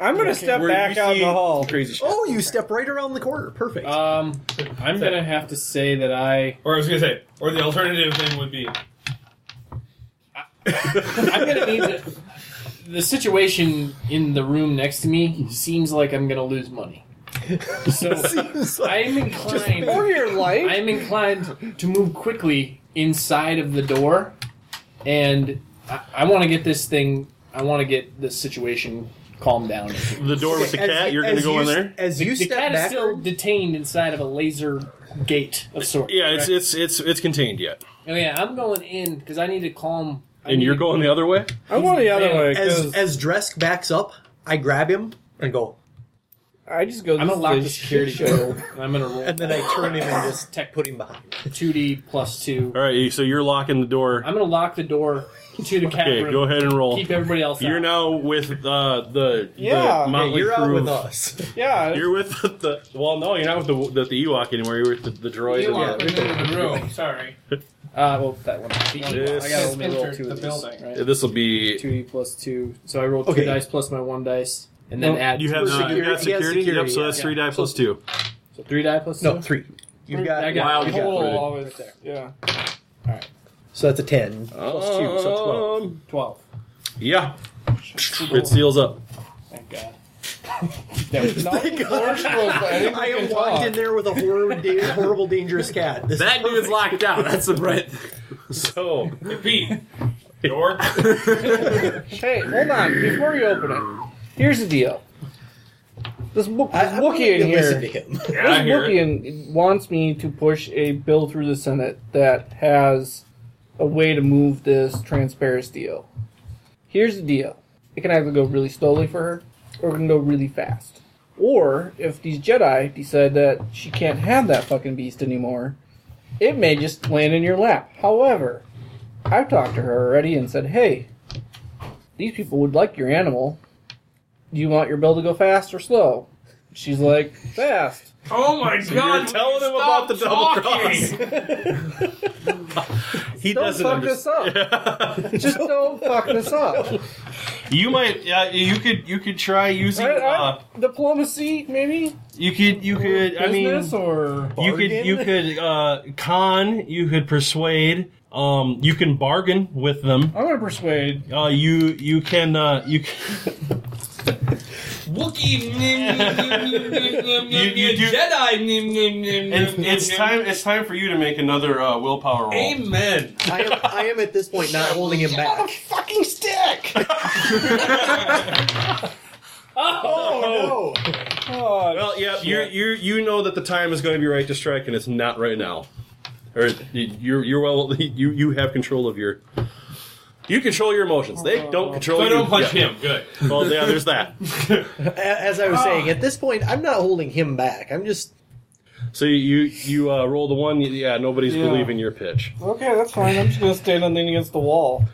I'm gonna step back out in the hall. Crazy shit. Oh, you step right around the corner. Perfect. um, I'm gonna have to say that I Or I was gonna say, or the alternative thing would be I'm gonna need to, the situation in the room next to me seems like I'm gonna lose money. So I'm inclined. Or your life. I'm inclined to move quickly inside of the door, and I, I want to get this thing. I want to get this situation calmed down. The door with the As- cat. You're going to as go you in s- there. As you The step cat is back, still detained inside of a laser gate of sorts. Yeah, it's correct? it's it's it's contained yet. Oh yeah, I'm going in because I need to calm. I And need you're to- going the other way. I'm going the other Man, way as 'cause as Dresk backs up, I grab him and go, I just go. I'm gonna this lock is the a security shit door. and I'm gonna roll and then I turn him and just tech put him behind. two D plus two. All right. So you're locking the door. I'm gonna lock the door to the cat Okay, room. go ahead and roll. Keep everybody else. You're out. now with uh, the The Yeah. Yeah, Motley you're out Crue. with us. Yeah, You're with the, well, no, you're not with the the, the Ewok anymore. You're with the, the droid. You and walk the- into the room. Sorry. Uh, well, that one. This- I gotta only roll Entered two the of these, building. right? This will be. Two D plus two. So I rolled two Okay. dice plus my one dice, and then No, add You have two. security. You got He has security. Yep. security, So yeah. that's three die plus two. So three die plus two. No, three. You've I got, got Wow, you you got total three. always there. yeah. so that's a ten. Plus two, so 12. Twelve. Yeah. It seals up. Thank God. I am locked in there with a horrible, da- horrible, dangerous cat. This That dude's locked out. That's the right. So repeat. Door. Hey, hold on. Before you open it, here's the deal. This, book, this I- I wanna Wookiee in listen here. to him. Yeah, I This hear it. Wookiee wants me to push a bill through the Senate that has a way to move this transparency deal. Here's the deal. It can either go really slowly for her, or it can go really fast. Or if these Jedi decide that she can't have that fucking beast anymore, it may just land in your lap. However, I've talked to her already and said, hey, these people would like your animal. Do you want your bill to go fast or slow? She's like, fast. Oh my god! you're telling him stop about the double talking. he Don't doesn't fuck understand. this up. Just don't fuck this up. You might. Uh, you could. You could try using. Right, Uh, uh, diplomacy, maybe? you could. You could. I mean. Business or You could you could uh, con, you could persuade, Um, you can bargain with them. I want to persuade. Uh, you you can uh, you can, Wookie, Jedi. and it's time it's time for you to make another uh, willpower roll. Amen. I am, I am at this point not holding him back. Fucking stick. Oh, no! well, yeah, you you you know that the time is going to be right to strike, and it's not right now. Or you- you're you're well. You you have control of your. You control your emotions. They don't control. So you. don't punch Yeah. him. Good. Well, yeah, there's that. A- As I was saying, at this point, I'm not holding him back. I'm just So you you uh, roll the one. Yeah, nobody's Yeah. believing your pitch. Okay, that's fine. I'm just gonna stand on leaning against the wall.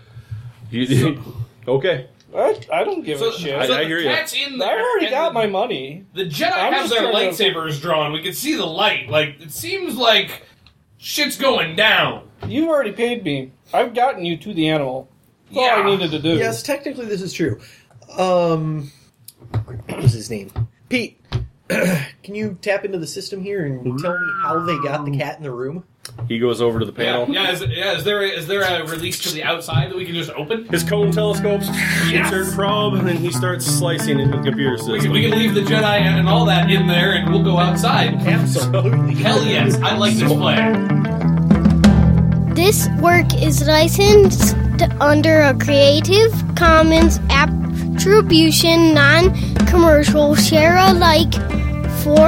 You, okay. I, I don't give So- a shit. I- I hear ya. Cat's in there. I've already and got the- my money. The Jedi I'm have just their trying to- lightsabers drawn. We can see the light. Like it seems like shit's going down. You've already paid me. I've gotten you to the animal. That's all I needed to do. yes, technically this is true. Um, what was his name? Pete. Can you tap into the system here and tell me how they got the cat in the room? He goes over to the Yeah, panel. yeah, is, yeah. Is there a, is there a release to the outside that we can just open? His cone telescopes, insert probe, and then he starts slicing into the computer We can, system. we can leave the Jedi and all that in there, and we'll go outside. Absolutely. Hell yes, I like this plan. This work is licensed under a Creative Commons Attribution Non Commercial Share Alike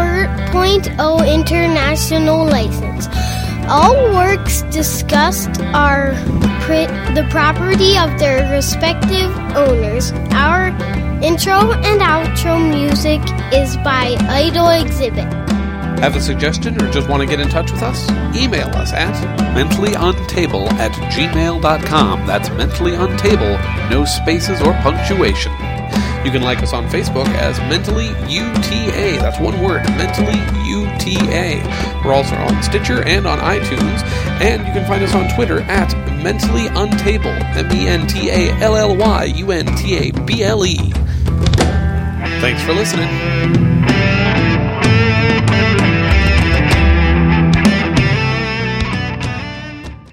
4.0 International License. All works discussed are pri- the property of their respective owners. Our intro and outro music is by Idol Exhibit. Have a suggestion or just want to get in touch with us? Email us at mentallyuntable at gmail.com. That's mentallyuntable, no spaces or punctuation. You can like us on Facebook as Mentally UTA. That's one word, Mentally UTA. We're also on Stitcher and on iTunes, and you can find us on Twitter at Mentally Untable, M E N T A L L Y U N T A B L E. Thanks for listening.